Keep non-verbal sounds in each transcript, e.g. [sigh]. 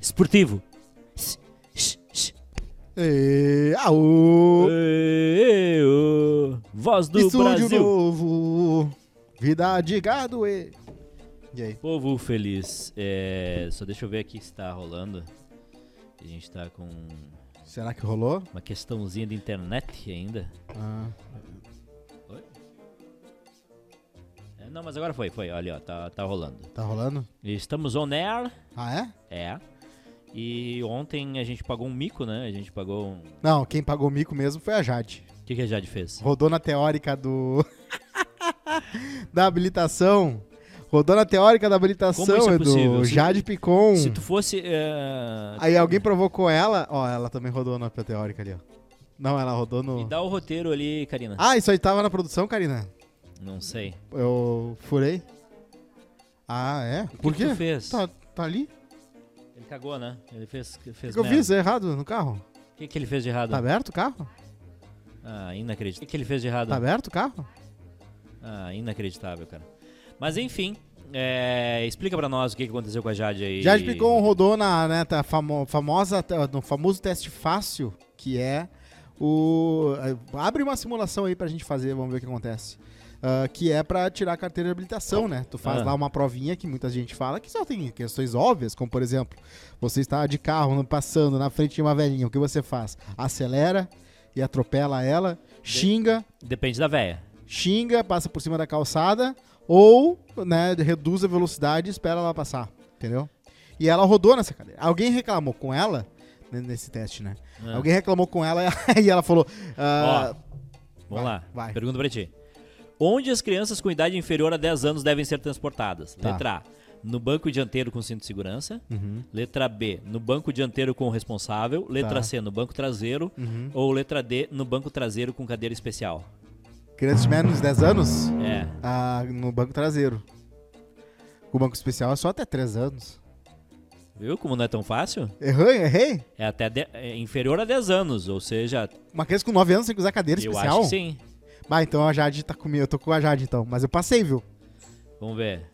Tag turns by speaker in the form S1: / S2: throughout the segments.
S1: desportivo.
S2: É, aô!
S1: Ê, ê, ô. Voz do
S2: Estúdio
S1: Brasil.
S2: novo, vida de gado e... E aí?
S1: Povo feliz. É, só deixa eu ver aqui se tá rolando. A gente tá com
S2: Será que rolou?
S1: uma questãozinha de internet ainda.
S2: Ah,
S1: É, não, mas agora foi, foi. Olha, ó, tá, tá rolando.
S2: tá rolando?
S1: Estamos on air.
S2: Ah, é?
S1: É. E ontem a gente pagou um mico, né? A gente pagou um.
S2: Não, quem pagou mico mesmo foi a Jade.
S1: O que, que a Jade fez?
S2: Rodou na teórica do... [laughs] da habilitação. Rodou na teórica da habilitação,
S1: Como isso é
S2: Edu.
S1: possível? Se-
S2: Jade Picon.
S1: Se tu fosse. é,
S2: Aí alguém provocou ela. Ó, ela também rodou na teórica ali, ó. Não, ela rodou
S1: Me
S2: no...
S1: dá o roteiro ali, Karina.
S2: Ah, isso aí tava na produção, Karina?
S1: Não sei.
S2: Eu furei. Ah, é?
S1: O que
S2: Por
S1: que
S2: quê?
S1: tu fez?
S2: Tá, tá ali?
S1: Ele cagou, né? Ele fez.
S2: O que,
S1: fez
S2: que eu
S1: merda.
S2: fiz? É errado no carro?
S1: O que, que ele fez de errado?
S2: Tá aberto o carro?
S1: Ah, inacreditável. O que, que ele fez de errado?
S2: Tá aberto o carro?
S1: Ah, inacreditável, cara. Mas enfim, é, explica pra nós o que que aconteceu com a Jade aí.
S2: Já explicou um rodou na né, tá famo- famosa, tá, no famoso teste fácil, que é o. eh, Abre uma simulação aí pra gente fazer, vamos ver o que acontece. Ah, que é pra tirar a carteira de habilitação, né? Tu faz
S1: Ah.
S2: lá uma provinha que muita gente fala que só tem questões óbvias, como por exemplo, você está de carro passando na frente de uma velhinha, o que você faz? Acelera e atropela ela, xinga,
S1: Depende da véia.
S2: xinga, passa por cima da calçada, ou né, reduz a velocidade e espera ela passar, entendeu? E ela rodou nessa cadeira. Alguém reclamou com ela n- nesse teste, né?
S1: Ah.
S2: Alguém reclamou com ela [laughs] e ela falou: ah,
S1: Vamos
S2: Vai,
S1: lá.
S2: vai.
S1: Pergunta pra ti. Onde as crianças com idade inferior a 10 anos devem ser transportadas?
S2: Tá.
S1: Letra A. No banco dianteiro com cinto de segurança.
S2: Uhum.
S1: Letra B. No banco dianteiro com o responsável. Letra
S2: Tá.
S1: C. No banco traseiro.
S2: Uhum.
S1: Ou letra D. No banco traseiro com cadeira especial.
S2: crianças de menos de 10 anos
S1: É.
S2: ah, no banco traseiro. O banco especial é só até 3 anos.
S1: Viu como não é tão fácil?
S2: Errei, errei?
S1: É até de- é inferior a 10 anos, ou seja,
S2: Uma criança com 9 anos tem que usar cadeira
S1: eu
S2: especial?
S1: acho que sim.
S2: Bah, então a Jade tá comigo. Eu tô com a Jade então. Mas eu passei, viu?
S1: Vamos ver.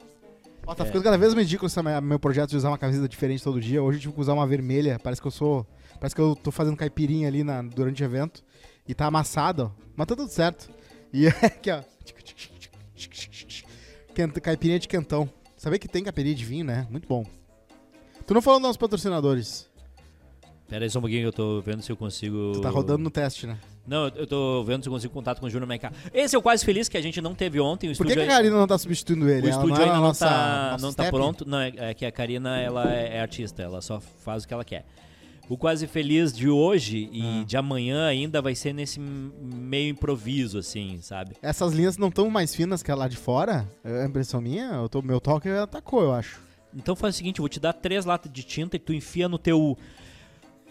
S2: Ó,
S1: É.
S2: tá ficando cada vez mais ridículo esse meu projeto de usar uma camisa diferente todo dia. Hoje eu tive que usar uma vermelha. Parece que eu sou. Parece que eu tô fazendo caipirinha ali na- durante o evento. E tá amassado, ó. Mas tá tudo certo. E [laughs] é aqui, ó. Quent- Caipirinha de quentão. Sabia que tem caipirinha de vinho, né? Muito bom. Tu não falou dos nossos patrocinadores.
S1: Pera aí só um pouquinho que eu tô vendo se eu consigo.
S2: Tu tá rodando no teste, né?
S1: Não, eu- eu tô vendo se eu consigo contato com o Júnior Meca. Esse é o quase feliz que a gente não teve ontem. O
S2: Por que,
S1: estúdio
S2: que a
S1: aí-
S2: Karina não tá substituindo ele?
S1: O
S2: Ela
S1: estúdio
S2: não é
S1: ainda
S2: a
S1: não,
S2: nossa-
S1: tá,
S2: nossa
S1: não tá
S2: step?
S1: pronto. Não, é, é que a Karina ela é, é artista, ela só faz o que ela quer. O Quase Feliz de hoje e
S2: Ah.
S1: de amanhã ainda vai ser nesse m- meio improviso, assim, sabe?
S2: Essas linhas não tão mais finas que a lá de fora? É a impressão minha? Eu tô, meu toque atacou, eu acho.
S1: Então faz o seguinte, eu vou te dar três latas de tinta e tu enfia no teu...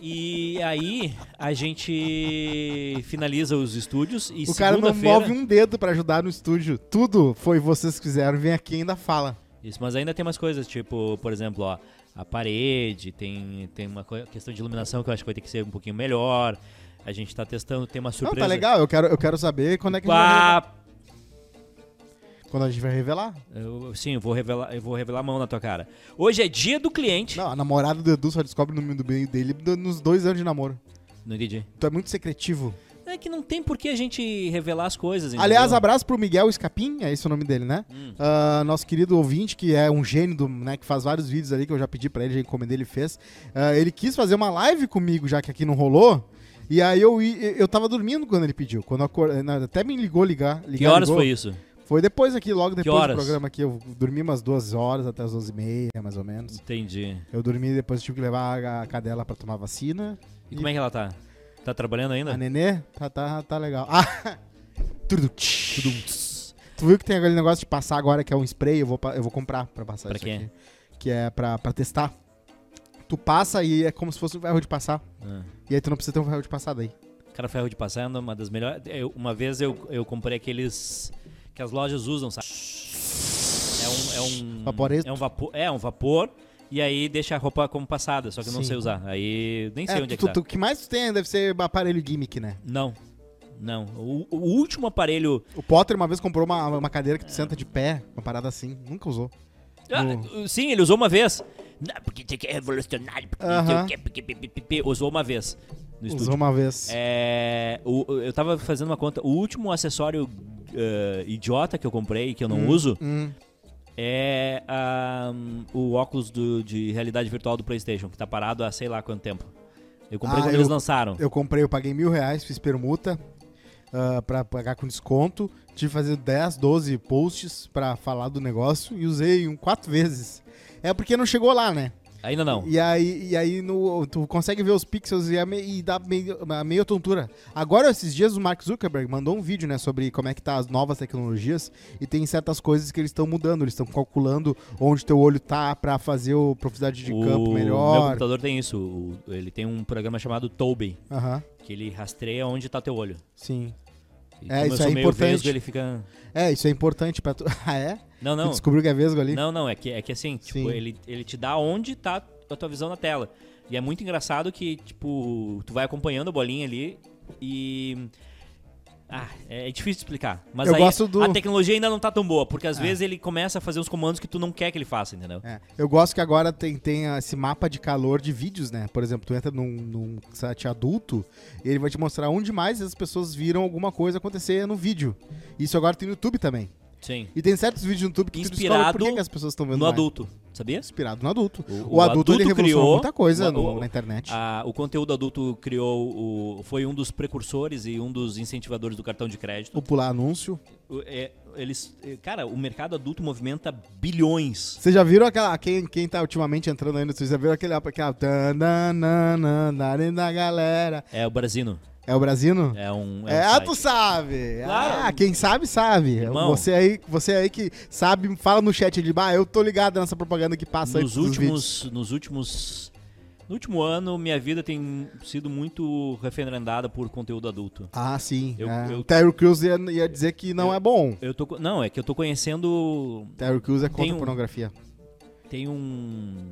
S1: E aí a gente finaliza os estúdios e
S2: O cara não
S1: segunda-feira-
S2: move um dedo pra ajudar no estúdio. Tudo foi vocês que fizeram, vem aqui e ainda fala.
S1: Isso, mas ainda tem umas coisas, tipo, por exemplo, ó, a parede, tem, tem uma coi- questão de iluminação que eu acho que vai ter que ser um pouquinho melhor. A gente tá testando, tem uma surpresa.
S2: Não, tá legal, eu quero, eu quero saber quando é que a gente vai revelar.
S1: Pá!
S2: Quando a gente vai revelar.
S1: Eu, sim, eu vou, revelar, eu vou revelar a mão na tua cara. Hoje é dia do cliente. Não,
S2: Não, a namorada do Edu só descobre no do meio dele do- nos dois anos de namoro.
S1: entendi.
S2: Tu é muito secretivo.
S1: É que não tem por que a gente revelar as coisas, entendeu?
S2: Aliás, abraço pro Miguel Escapim, é esse o nome dele, né?
S1: Hum.
S2: Ah, nosso querido ouvinte, que é um gênio, do, né? Que faz vários vídeos ali que eu já pedi pra ele, já encomendei, ele fez. Ah, ele quis fazer uma live comigo, já que aqui não rolou. E aí eu, i- eu tava dormindo quando ele pediu. Quando eu acor- não, Até me ligou ligar. ligar
S1: Que horas
S2: ligou.
S1: foi isso?
S2: Foi depois aqui, logo depois do
S1: horas?
S2: programa aqui. Eu dormi umas duas horas até as 12 e meia, mais ou menos.
S1: Entendi.
S2: Eu dormi depois tive que levar a a cadela pra tomar vacina.
S1: E como é que ela tá? Tá trabalhando ainda?
S2: A nenê, tá, tá, tá legal. Ah, [laughs] tudo. tch.
S1: Tudum, [laughs] tss.
S2: Tu viu que tem aquele negócio de passar agora que é um spray? Eu vou, pa- eu vou comprar pra passar
S1: Pra
S2: isso
S1: quê?
S2: aqui. Que é pra, pra testar. Tu passa e é como se fosse um ferro de passar.
S1: Ah.
S2: E aí tu não precisa ter um ferro de passar daí.
S1: Cara, ferro de passar é uma das melhores. eu- uma vez eu, eu comprei aqueles que as lojas usam, sabe? É um. É um
S2: Vaporeto.
S1: É um vapor. É um vapor. E aí deixa a roupa como passada, só que eu não
S2: Sim.
S1: sei usar. Aí nem sei
S2: É,
S1: onde é
S2: tu-
S1: que tá.
S2: tu- o que mais tu tem deve ser aparelho gimmick, né?
S1: Não. Não. O, o último aparelho.
S2: O Potter uma vez comprou uma, uma cadeira que tu senta de pé, uma parada assim. Nunca usou.
S1: Ah,
S2: No-
S1: sim, ele usou uma vez. Não, porque isso aqui é revolucionário, porque
S2: Aham.
S1: não sei o quê, porque... pi, pi, pi, pi. Usou uma vez no estúdio.
S2: Usou uma vez.
S1: É, o- o- eu tava fazendo uma conta. O último acessório eh, idiota que eu comprei, que eu não uso,
S2: Hum.
S1: é ah, o óculos do- de realidade virtual do PlayStation, que tá parado há sei lá quanto tempo. Eu comprei
S2: Ah,
S1: quando
S2: eu-
S1: eles lançaram.
S2: Eu comprei, eu paguei mil reais, fiz permuta ah, pra pagar com desconto. Tive que fazer 10, 12 posts pra falar do negócio e usei um quatro vezes. É porque não chegou lá, né?
S1: Ainda não.
S2: E aí, e aí no, tu consegue ver os pixels e, é me- e dá meio, uma meio tontura. Agora, esses dias, o Mark Zuckerberg mandou um vídeo, né, sobre como é que tá as novas tecnologias e tem certas coisas que eles estão mudando. Eles estão calculando onde teu olho tá pra fazer o profundidade de
S1: Meu
S2: campo melhor.
S1: computador tem isso. o- ele tem um programa chamado Tobey,
S2: Aham,
S1: que ele rastreia onde tá teu olho.
S2: sim.
S1: E
S2: É,
S1: como eu
S2: isso
S1: sou
S2: é
S1: meio
S2: importante.
S1: vesgo, ele fica.
S2: É, isso é importante pra tu... [laughs] Ah, é?
S1: Não,
S2: Tu
S1: não.
S2: descobriu que é vesgo ali?
S1: Não, não, é que, é que assim, tipo,
S2: Sim.
S1: ele, ele te dá onde tá a tua visão na tela. E é muito engraçado que, tipo, tu vai acompanhando a bolinha ali e. Ah, é é difícil de explicar. Mas
S2: Eu
S1: aí
S2: gosto do-
S1: a tecnologia ainda não tá tão boa, porque às vezes ele começa a fazer uns comandos que tu não quer que ele faça, entendeu?
S2: É, eu gosto que agora tem, tem esse mapa de calor de vídeos, né? Por exemplo, tu entra num, num site adulto e ele vai te mostrar onde mais as pessoas viram alguma coisa acontecer no vídeo. Isso agora tem no YouTube também.
S1: Sim.
S2: E tem certos vídeos no YouTube que tu descobre
S1: Inspirado
S2: por que que as pessoas estão vendo
S1: No
S2: mais.
S1: adulto, sabia?
S2: Inspirado no adulto.
S1: O-
S2: O,
S1: o
S2: adulto, ele
S1: adulto
S2: revolucionou
S1: criou-
S2: muita coisa
S1: o-
S2: no-
S1: o-
S2: na internet.
S1: Ah, o conteúdo adulto criou o. Foi um dos precursores e um dos incentivadores do cartão de crédito.
S2: O pular anúncio.
S1: O- é, eles, é, cara, o mercado adulto movimenta bilhões.
S2: Vocês já viram aquela. Quem, quem tá ultimamente entrando aí no Twitter, já viram aquele. aquela. tananana, da galera.
S1: É o Brasino.
S2: É o Brasino?
S1: É um. um
S2: É, ah,
S1: site.
S2: tu sabe!
S1: Claro.
S2: Ah, quem sabe, sabe.
S1: Irmão.
S2: Você aí, você aí que sabe, fala no chat ali, bah, eu tô ligado nessa propaganda que passa aí
S1: nos
S2: pros vídeos."
S1: últimos, nos últimos, no último ano, minha vida tem sido muito referendada por conteúdo adulto.
S2: Ah, sim.
S1: Eu-
S2: é.
S1: eu-
S2: Terry Crews ia, ia dizer que não é bom.
S1: Eu tô, co- não, é que eu tô conhecendo,
S2: Terry Crews é contra
S1: Tem um-
S2: pornografia.
S1: tem um,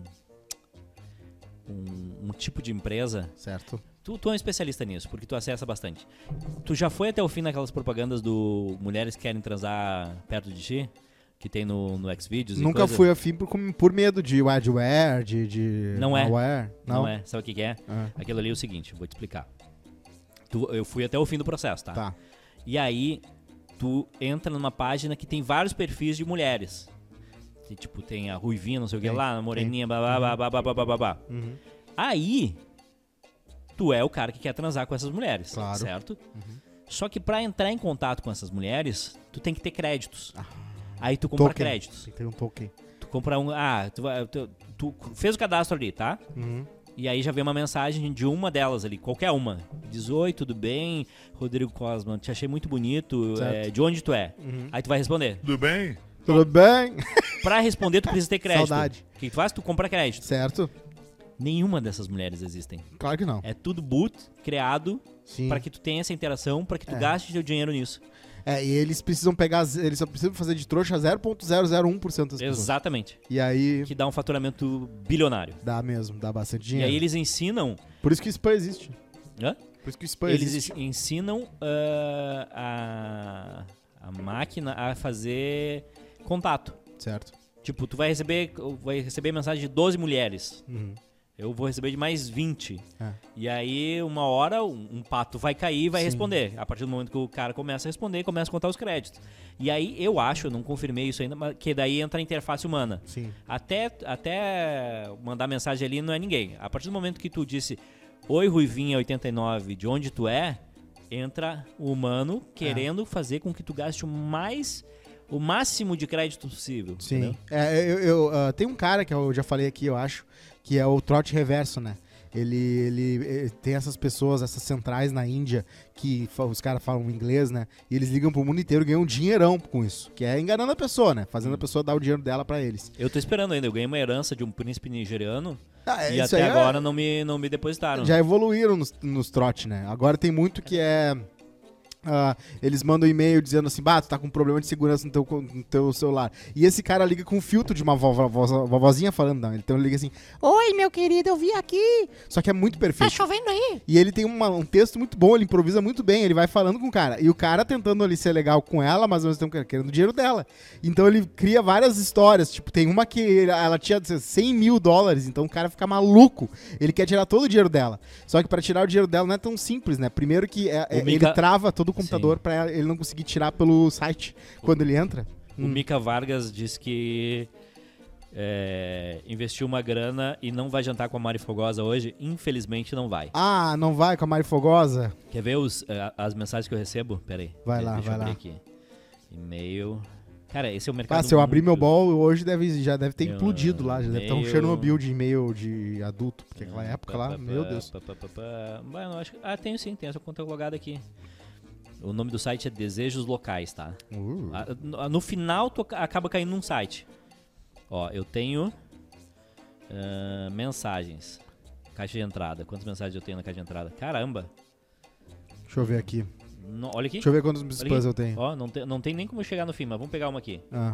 S1: um, um tipo de empresa.
S2: Certo.
S1: Tu, tu é um especialista nisso, porque tu acessa bastante. Tu já foi até o fim naquelas propagandas do mulheres que querem transar perto de ti, que tem no, no Xvideos e
S2: Nunca
S1: coisa?
S2: fui afim por, com- por medo de wideware, de, de.
S1: Não é.
S2: malware.
S1: Não, é, sabe o que que é?
S2: Ah,
S1: Aquilo ali é o seguinte, vou te explicar. Tu- eu fui até o fim do processo, tá?
S2: tá.
S1: E aí, tu entra numa página que tem vários perfis de mulheres. Que, tipo, tem a ruivinha, não sei o que
S2: Tem,
S1: lá, a moreninha, blá, blá, blá, blá, blá, blá, blá, blá.
S2: Uhum.
S1: Aí, tu é o cara que quer transar com essas mulheres,
S2: Claro. Uhum.
S1: certo? Só que pra entrar em contato com essas mulheres, tu tem que ter créditos. Aí tu compra
S2: Ah. Token.
S1: créditos.
S2: Tem um token.
S1: Tu compra um... Ah, tu, vai- tu- tu fez o cadastro ali, tá?
S2: Uhum.
S1: E aí já vem uma mensagem de uma delas ali, qualquer uma. Diz, oi, tudo bem? Rodrigo Cosma, te achei muito bonito.
S2: Certo.
S1: é, de onde tu é?
S2: Uhum.
S1: Aí tu vai responder.
S3: Tudo bem?
S2: Tudo bem? [laughs]
S1: Pra responder, tu precisa ter crédito.
S2: Saudade.
S1: O que tu faz? Tu compra crédito.
S2: certo?
S1: Nenhuma dessas mulheres existem.
S2: Claro que não.
S1: É tudo boot, criado,
S2: Sim.
S1: pra que tu tenha essa interação, pra que tu gaste teu dinheiro nisso.
S2: É, e eles precisam pegar. z- Eles só precisam fazer de trouxa 0,001% das pessoas.
S1: Exatamente.
S2: E aí.
S1: Que dá um faturamento bilionário.
S2: Dá mesmo, dá bastante
S1: E
S2: dinheiro.
S1: aí eles ensinam...
S2: Por isso que o spam existe.
S1: Hã?
S2: Por isso que o spam
S1: Eles
S2: existe.
S1: ens- ensinam ah, a, a máquina a fazer contato.
S2: Certo.
S1: Tipo, tu vai receber, vai receber mensagem de 12 mulheres.
S2: Uhum.
S1: Eu vou receber de mais 20.
S2: É.
S1: E aí, uma hora, um, um pato vai cair e vai
S2: Sim.
S1: responder. A partir do momento que o cara começa a responder, começa a contar os créditos. E aí, eu acho, eu não confirmei isso ainda, mas que daí entra a interface humana.
S2: Sim.
S1: Até, até mandar mensagem ali não é ninguém. A partir do momento que tu disse Oi Ruivinha89, de onde tu é, entra o humano
S2: É.
S1: querendo fazer com que tu gaste o mais o máximo de crédito possível.
S2: Sim.
S1: entendeu?
S2: É, eu, eu, ah, tem um cara que eu já falei aqui, eu acho, que é o trote reverso, né? Ele, ele, eh, tem essas pessoas, essas centrais na Índia, que fa- os caras falam inglês, né? E eles ligam pro mundo inteiro e ganham um dinheirão com isso. Que é enganando a pessoa, né? Fazendo a
S1: Hum.
S2: pessoa dar o dinheiro dela pra eles.
S1: Eu tô esperando ainda, eu ganhei uma herança de um príncipe nigeriano
S2: Ah, é,
S1: e
S2: isso
S1: até
S2: aí é-
S1: agora não me não me depositaram.
S2: Já evoluíram nos, nos trote, né? Agora tem muito que é Ah, eles mandam um e-mail dizendo assim, bah, tu tá com problema de segurança no teu, co- no teu celular. E esse cara liga com um filtro de uma vovó- vovó- vovozinha falando, não. Então ele liga assim, oi, meu querido, eu vim aqui. Só que é muito
S3: Tá
S2: perfeito.
S3: chovendo aí?
S2: E ele tem uma- um texto muito bom, ele improvisa muito bem, ele vai falando com o cara. E o cara tentando ali ser legal com ela, mas ao mesmo tempo querendo o dinheiro dela. Então ele cria várias histórias. Tipo, tem uma que ele- ela tinha 100 mil dólares, então o cara fica maluco. Ele quer tirar todo o dinheiro dela. Só que pra tirar o dinheiro dela não é tão simples, né? Primeiro que é- é-
S1: O
S2: ele
S1: Mika-
S2: trava todo o computador pra ele não conseguir tirar pelo site quando ele entra.
S1: O Mika Vargas diz que é, investiu uma grana e não vai jantar com a Mari Fogosa hoje. Infelizmente não vai.
S2: Ah, não vai com a Mari Fogosa?
S1: Quer ver os, eh, as mensagens que eu recebo? Pera aí.
S2: Vai lá,
S1: Deixa eu
S2: vai lá.
S1: abrir aqui. E-mail. Cara, esse é o mercado.
S2: Ah, se eu abrir meu
S1: muito-
S2: bol hoje deve, já deve ter
S1: Meu
S2: implodido lá, já deve ter um
S1: e-mail.
S2: Chernobyl de e-mail de adulto, porque aquela época
S1: Pá,
S2: lá,
S1: pá,
S2: meu
S1: pá,
S2: Deus.
S1: pá, pá, pá, pá. Bueno, acho que- Ah, tenho sim, tenho essa conta logada aqui. O nome do site é Desejos Locais, tá?
S2: Uh.
S1: Ah, no- No final, tu ac- acaba caindo num site. Ó, eu tenho ah, mensagens. Caixa de entrada. Quantas mensagens eu tenho na caixa de entrada? Caramba!
S2: Uh, Deixa eu ver aqui.
S1: No- olha aqui.
S2: Deixa eu ver quantos spams eu tenho.
S1: Ó, não, te- não tem nem como chegar no fim, mas vamos pegar uma aqui.
S2: Ah.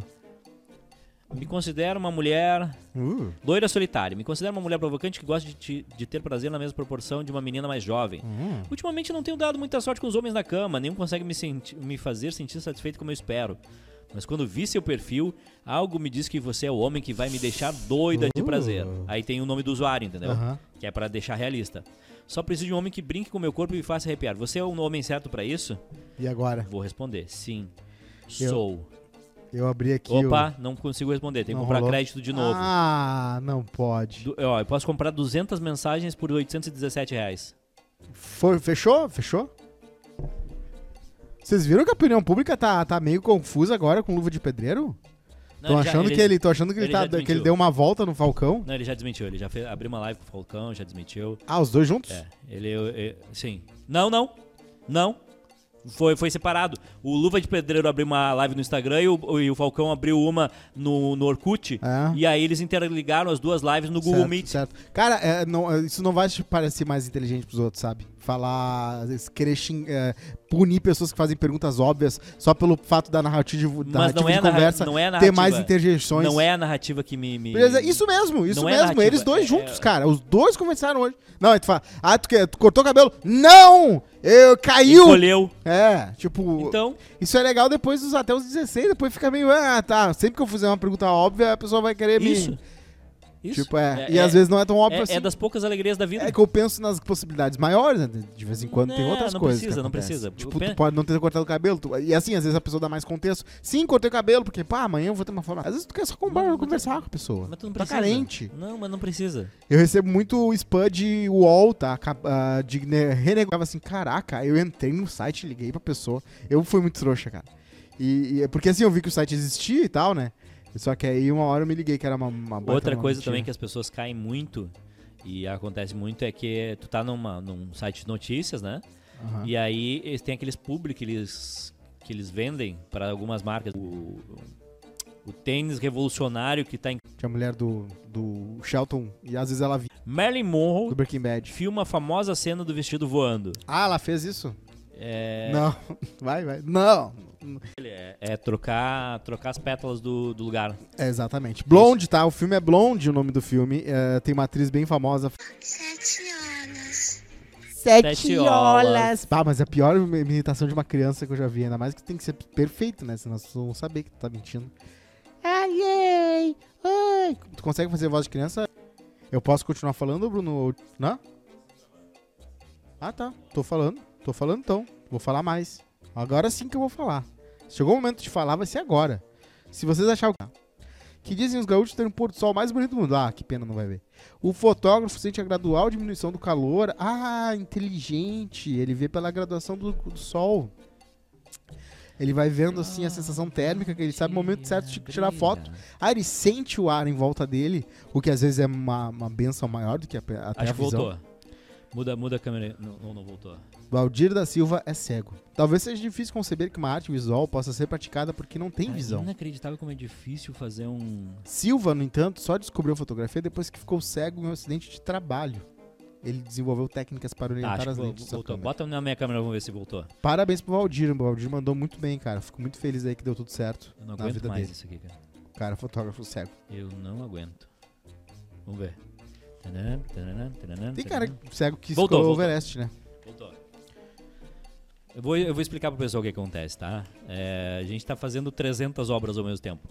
S1: Me considero uma mulher
S2: Uh.
S1: loira solitária. Me considero uma mulher provocante que gosta de, te- de ter prazer na mesma proporção de uma menina mais jovem.
S2: Hum.
S1: Ultimamente não tenho dado muita sorte com os homens na cama, nenhum consegue me, senti- me fazer sentir satisfeito como eu espero. Mas quando vi seu perfil, algo me diz que você é o homem que vai me deixar doida de
S2: Uh.
S1: prazer. Aí tem o nome do usuário, entendeu?
S2: Aham.
S1: Que é pra deixar realista. Só preciso de um homem que brinque com meu corpo e me faça arrepiar. Você é o homem certo pra isso?
S2: E agora?
S1: Vou responder, sim.
S2: Eu-
S1: Sou.
S2: Eu abri aqui.
S1: Opa, não consigo responder. Tem que
S2: Não
S1: comprar
S2: rolou?
S1: crédito de
S2: o...
S1: novo.
S2: Ah, não pode.
S1: Du- ó, eu posso comprar 200 mensagens por 817 reais.
S2: Foi, fechou? Fechou? Vocês viram que a opinião pública tá, tá meio confusa agora com luva de pedreiro?
S1: Não,
S2: Tô
S1: ele já-
S2: achando, que ele, tô achando que ele,
S1: ele
S2: tá,
S1: já
S2: que ele
S1: desmentiu.
S2: deu uma volta no Falcão.
S1: Não, ele já desmentiu. Ele já fez, abriu uma live com o Falcão, já desmentiu.
S2: Ah, os dois juntos?
S1: É, ele... eu- eu- sim. Não, não. Não. Foi, foi separado. O Luva de Pedreiro abriu uma live no Instagram e o, e o Falcão abriu uma no, no Orkut.
S2: É.
S1: E aí eles interligaram as duas lives no Google
S2: Certo,
S1: Meet.
S2: certo. Cara, é, não, é, isso não vai te parecer mais inteligente pros outros, sabe? Falar, às vezes, querer xing- é, punir pessoas que fazem perguntas óbvias só pelo fato da narrativa, da
S1: Mas não é,
S2: narrativa de
S1: a narra-
S2: conversa
S1: não é a
S2: ter
S1: narrativa.
S2: mais interjeições.
S1: Não é a narrativa que me... me-
S2: Beleza? Isso mesmo, isso
S1: Não é
S2: mesmo.
S1: narrativa,
S2: Eles dois
S1: é-
S2: juntos,
S1: é-
S2: cara. Os dois conversaram hoje. Não, aí tu fala, ah, tu, quer, tu cortou o cabelo? Não! Eu caiu!
S1: Encolheu.
S2: É, tipo,
S1: Então,
S2: isso é legal depois dos até os 16, depois fica meio, ah, tá. Sempre que eu fizer uma pergunta óbvia, a pessoa vai querer
S1: isso.
S2: me.
S1: Isso.
S2: Tipo, é. e às vezes não é tão óbvio
S1: é,
S2: assim.
S1: é das poucas alegrias da vida.
S2: É que eu penso nas possibilidades maiores, né? De vez em quando tem
S1: Não,
S2: outras
S1: não
S2: coisas. que
S1: precisa, não
S2: acontecem.
S1: precisa.
S2: Tipo,
S1: Eu
S2: tu
S1: pe-
S2: pode não ter cortado o cabelo. tu- E assim, às vezes a pessoa dá mais contexto. Sim, cortei o cabelo, porque, pá, amanhã eu vou ter uma forma. Às vezes tu quer só conversar, conversar com a pessoa.
S1: Mas tu não
S2: tá
S1: precisa.
S2: carente.
S1: Não, mas não precisa.
S2: Eu recebo muito spam de UOL, tá? Ca- ah, De ne- renegar. Eu tava assim, caraca, eu entrei no site, liguei pra pessoa. Eu fui muito trouxa, cara. E, e é porque assim, eu vi que o site existia e tal, né? Só que aí uma hora eu me liguei que era uma, uma baita
S1: Outra
S2: uma
S1: coisa
S2: Tá então, mentira.
S1: também que as pessoas caem muito e acontece muito é que tu tá numa, num site de notícias, né?
S2: Aham.
S1: E aí eles têm aqueles publi que eles, que eles vendem para algumas marcas. O, o tênis revolucionário que tá em.
S2: Tinha a mulher do, do Shelton, e às vezes ela via
S1: Marilyn
S2: do
S1: Monroe
S2: Breaking Bad.
S1: filma a famosa cena do vestido voando.
S2: Ah, ela fez isso?
S1: É,
S2: Não. [laughs] Vai, vai. Não.
S1: é- é trocar, trocar as pétalas do, do lugar.
S2: É, exatamente. Blonde, tá? O filme é Blonde, o nome do filme. É, tem uma atriz bem famosa.
S3: Sete horas.
S1: Sete horas.
S2: Ah, mas é a pior im- imitação de uma criança que eu já vi. Ainda mais que tem que ser perfeito, né? Senão vocês vão saber que tu tá mentindo. Ai, ai, ai. Tu consegue fazer voz de criança? Eu posso continuar falando, Bruno? Ou- Não? Ah, tá. Tô falando. Tô falando então. Vou falar mais. Agora sim que eu vou falar. Chegou o momento de falar, vai ser agora. Se vocês acharem que dizem os gaúchos ter um pôr do sol mais bonito do mundo. Ah, que pena, não vai ver. O fotógrafo sente a gradual diminuição do calor. Ah, inteligente. Ele vê pela graduação do, do sol. Ele vai vendo assim a sensação térmica, que ele sabe o momento certo de tirar foto. Ah, ele sente o ar em volta dele, o que às vezes é uma, uma benção maior do que a, até a
S1: Acho que
S2: visão.
S1: voltou. Muda, muda a câmera. aí. Não, não, não voltou.
S2: Valdir da Silva é cego. Talvez seja difícil conceber que uma arte visual possa ser praticada porque não tem
S1: Cara,
S2: visão.
S1: Ah, Inacreditável como é difícil fazer um.
S2: Silva, no entanto, só descobriu a fotografia depois que ficou cego em um acidente de trabalho. Ele desenvolveu técnicas para orientar
S1: Tá, Ah, Acho
S2: as
S1: que
S2: lentes de sua
S1: voltou.
S2: câmera.
S1: Bota na minha câmera, vamos ver se voltou.
S2: Parabéns pro Valdir, o Valdir mandou muito bem, cara. Fico muito feliz aí que deu tudo certo
S1: Eu não
S2: na
S1: aguento
S2: vida
S1: mais
S2: dele.
S1: isso aqui, cara.
S2: Cara, fotógrafo cego.
S1: Eu não aguento. Vamos ver. Tananã, tananã, tananã,
S2: Tem cara
S1: tananã.
S2: cego que
S1: Voltou,
S2: escolou o
S1: voltou.
S2: Everest, né?
S1: Voltou. Eu vou, eu vou explicar pro pessoal o que acontece, tá? É, a gente tá fazendo 300 obras ao mesmo tempo.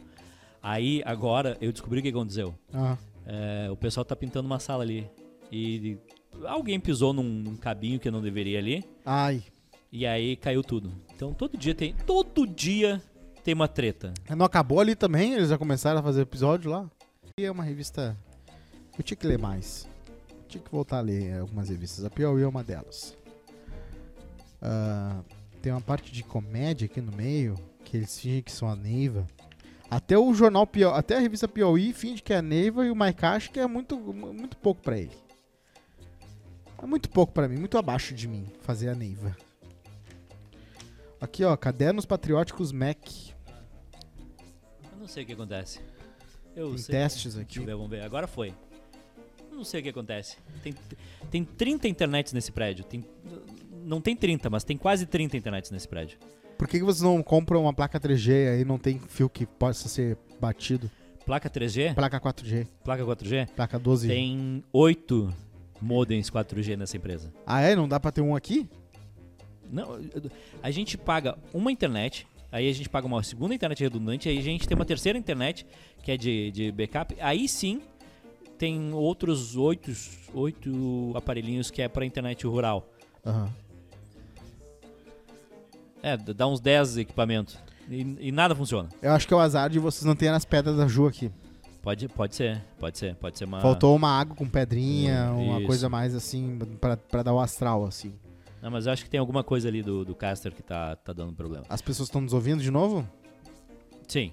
S1: Aí, agora, eu descobri o que aconteceu.
S2: Ah,
S1: É, o pessoal tá pintando uma sala ali. E alguém pisou num, num cabinho que não deveria ali.
S2: Ai.
S1: E aí caiu tudo. Então todo dia tem. Todo dia tem uma treta.
S2: É, Não acabou ali também? Eles já começaram a fazer episódio lá? E é uma revista. Eu tinha que ler mais. Tinha que voltar a ler algumas revistas. A Piauí é uma delas. Ah, tem uma parte de comédia aqui no meio, que eles fingem que são a Neiva. Até o jornal Piauí, até a revista Piauí finge que é a Neiva e o Maikashi que é muito, mu- muito pouco pra ele. É muito pouco pra mim, muito abaixo de mim fazer a Neiva. Aqui, ó, Cadernos Patrióticos Mac.
S1: Eu não sei o que acontece. Eu
S2: Tem
S1: sei.
S2: testes
S1: Deixa
S2: aqui.
S1: eu ver, vamos ver. Agora foi. Eu não sei o que acontece. Tem, tem 30 internets nesse prédio. Tem, não tem 30, mas tem quase 30 internets nesse prédio.
S2: Por que, que vocês não compram uma placa 3G aí não tem fio que possa ser batido?
S1: Placa 3G,
S2: Placa 4G,
S1: placa 4G,
S2: placa 12.
S1: tem 8 modems 4G nessa empresa.
S2: Ah, é? Não dá pra ter um aqui?
S1: Não, eu- a gente paga uma internet, aí a gente paga uma segunda internet redundante, aí a gente tem uma terceira internet, que é de, de backup. Aí sim tem outros oito, oito aparelhinhos que é para internet rural.
S2: Aham.
S1: É, d- dá uns 10 equipamentos. E, e nada funciona.
S2: Eu acho que é o azar de vocês não terem as pedras da Ju aqui.
S1: Pode, pode ser, pode ser, pode ser uma.
S2: Faltou uma água com pedrinha,
S1: Ah. Hum,
S2: uma
S1: isso.
S2: coisa mais assim, pra, pra dar o astral, assim.
S1: Não, mas eu acho que tem alguma coisa ali do, do Caster que tá, tá dando problema.
S2: As pessoas estão nos ouvindo de novo?
S1: Sim.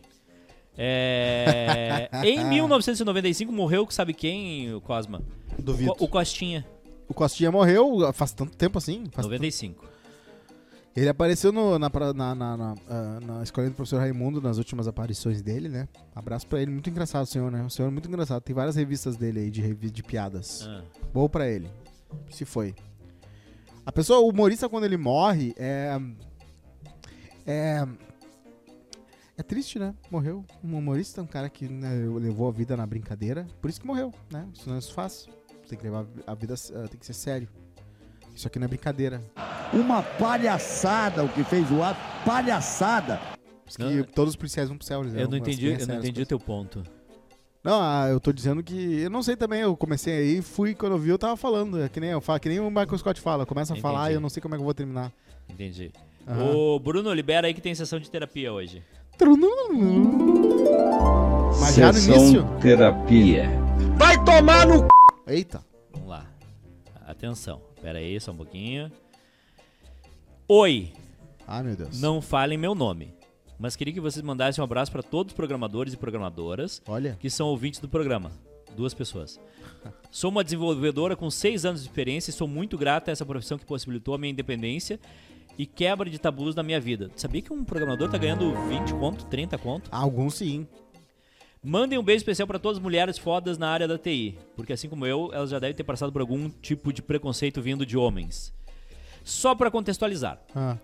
S1: É, em 1995 morreu, sabe quem, o Cosma?
S2: Duvido.
S1: Co- O Costinha,
S2: O Costinha morreu faz tanto tempo assim. Faz
S1: 95.
S2: Ele apareceu no- na, pra- na, na, na, ah, na escolinha do professor Raimundo, nas últimas aparições dele, né? Abraço pra ele, muito engraçado o senhor, né? O senhor é muito engraçado. Tem várias revistas dele aí de, revi- de piadas.
S1: Ah.
S2: Boa pra ele. Se foi. A pessoa, o humorista, quando ele morre, é. É. É triste, né? Morreu. Um humorista, um cara que né, levou a vida na brincadeira. Por isso que morreu, né? Isso não é isso fácil. Tem que levar a vida. ah, Tem que ser sério. Isso aqui não é brincadeira.
S4: Uma palhaçada o que fez o ato, palhaçada.
S2: Por isso que
S1: Não, é-
S2: todos os policiais vão pro céu. Eles
S1: Eu não
S2: levam as
S1: entendi,
S2: crianças
S1: eu não
S2: sérias,
S1: entendi o teu ponto.
S2: Não, ah, eu tô dizendo que. Eu não sei também, eu comecei aí, fui, quando eu vi, eu tava falando. É que nem eu falo, que nem o Michael Scott fala. Começa a
S1: Entendi.
S2: falar e eu não sei como é que eu vou terminar.
S1: Entendi.
S2: Aham.
S1: O Bruno libera aí que tem sessão de terapia hoje.
S2: Mas já no
S5: Sessão
S2: início?
S5: Terapia.
S4: Vai tomar no
S2: Eita!
S1: Vamos lá. Atenção. Pera aí, só um pouquinho. Oi,
S2: Ai, Ah, meu Deus.
S1: não falem meu nome. Mas queria que vocês mandassem um abraço para todos os programadores e programadoras
S2: Olha.
S1: que são ouvintes do programa. Duas pessoas. Sou uma desenvolvedora com seis anos de experiência e sou muito grata a essa profissão que possibilitou a minha independência e quebra de tabus na minha vida. Sabia que um programador tá ganhando 20 conto, 30 conto?
S2: Alguns sim.
S1: Mandem um beijo especial pra todas as mulheres fodas na área da TI, porque assim como eu, elas já devem ter passado por algum tipo de preconceito vindo de homens. Só pra contextualizar,
S2: Ah,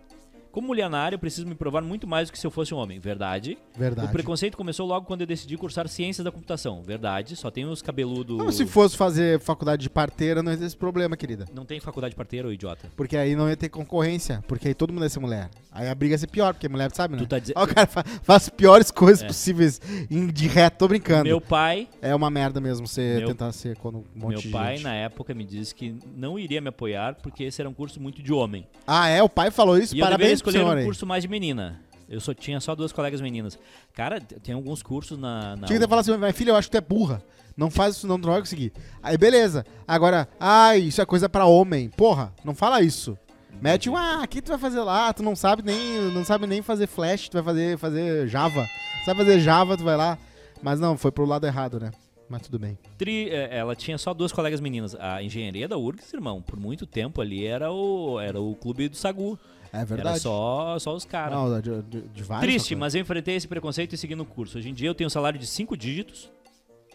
S1: como mulher na área, eu preciso me provar muito mais do que se eu fosse um homem, verdade?
S2: verdade.
S1: O preconceito começou logo quando eu decidi cursar ciências da computação, verdade? Só tem os cabeludos.
S2: Não, se fosse fazer faculdade de parteira, não ia ter esse problema, querida.
S1: Não tem faculdade parteira, ô idiota.
S2: Porque aí não ia ter concorrência, porque aí todo mundo ia ser mulher. Aí a briga ia ser pior, porque mulher sabe, né?
S1: Tu tá dizendo-
S2: Ó, o cara fa- faz as piores coisas possíveis em- de reto, tô brincando.
S1: Meu pai,
S2: É uma merda mesmo você
S1: Meu-
S2: tentar ser quando um monte de
S1: meu pai né?
S2: gente.
S1: na época me disse que não iria me apoiar porque esse era um curso muito de homem.
S2: Ah, é? O pai falou isso?
S1: E eu deveria
S2: Parabéns pro
S1: escolher
S2: senhor
S1: um
S2: aí.
S1: curso mais de menina. Eu só tinha só duas colegas meninas. Cara, t- tem alguns cursos na. na
S2: Tinha que ter falado assim, minha filha, eu acho que tu é burra. Não faz isso não, tu não vai conseguir. Aí beleza. Agora, ai, isso é coisa pra homem. Porra, não fala isso. Mete um, ah, o que tu vai fazer lá? Tu não sabe nem, não sabe nem fazer flash, tu vai fazer, fazer Java. Tu sabe fazer Java, tu vai lá. Mas não, foi pro lado errado, né? Mas tudo bem.
S1: Tri- é, ela tinha só duas colegas meninas. A engenharia da URGS, irmão, por muito tempo ali era o, era o clube do Sagu.
S2: É
S1: Era
S2: verdade.
S1: só, só os caras.
S2: Não, de, de, de várias
S1: Triste,
S2: coisas.
S1: mas eu enfrentei esse preconceito e segui no curso. Hoje em dia eu tenho um salário de cinco dígitos.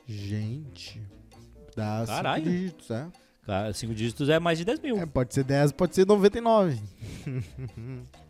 S2: Gente. Dá
S1: Caralho.
S2: cinco dígitos, é.
S1: Cara, Cinco dígitos é mais de 10 mil.
S2: É, pode ser 10, pode ser 99.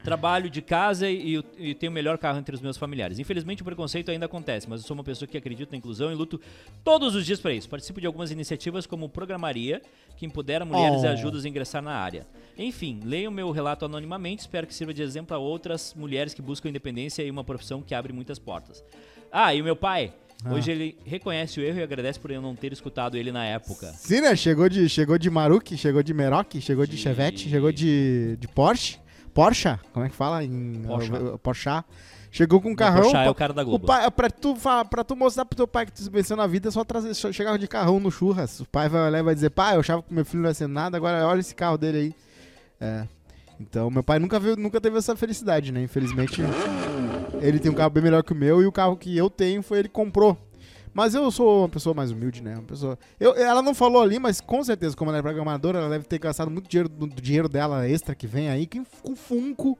S1: Trabalho de casa e, e- e tenho o melhor carro entre os meus familiares. Infelizmente o preconceito ainda acontece, mas eu sou uma pessoa que acredita na inclusão e luto todos os dias para isso. Participo de algumas iniciativas como Programaria, que empodera mulheres
S2: Oh.
S1: e ajuda os a ingressar na área. Enfim, leio meu relato anonimamente, espero que sirva de exemplo a outras mulheres que buscam independência e uma profissão que abre muitas portas. Ah, e o meu pai? Hoje ele reconhece o erro e agradece por eu não ter escutado ele na época.
S2: Sim, né? Chegou de, chegou de Maruki, chegou de Meroc, chegou de, Chevette, chegou de, de Porsche. Porsche? Como é que fala? Em,
S1: Porsche.
S2: eh, Porsche. Chegou com um carrão.
S1: Porsche é
S2: pa-
S1: o cara da Globo.
S2: pai, pra, tu, fa- pra tu mostrar pro teu pai que tu se venceu na vida, é só trazer, só chegar de carrão no churras. O pai vai olhar e vai dizer, pai, eu achava que meu filho não ia ser nada, agora olha esse carro dele aí. É. Então, meu pai nunca, viu, nunca teve essa felicidade, né? Infelizmente, ele tem um carro bem melhor que o meu e o carro que eu tenho foi ele que comprou. Mas eu sou uma pessoa mais humilde, né? Uma pessoa. Eu, ela não falou ali, mas com certeza, como ela é programadora, ela deve ter gastado muito dinheiro do, do dinheiro dela extra que vem aí, que, com Funko,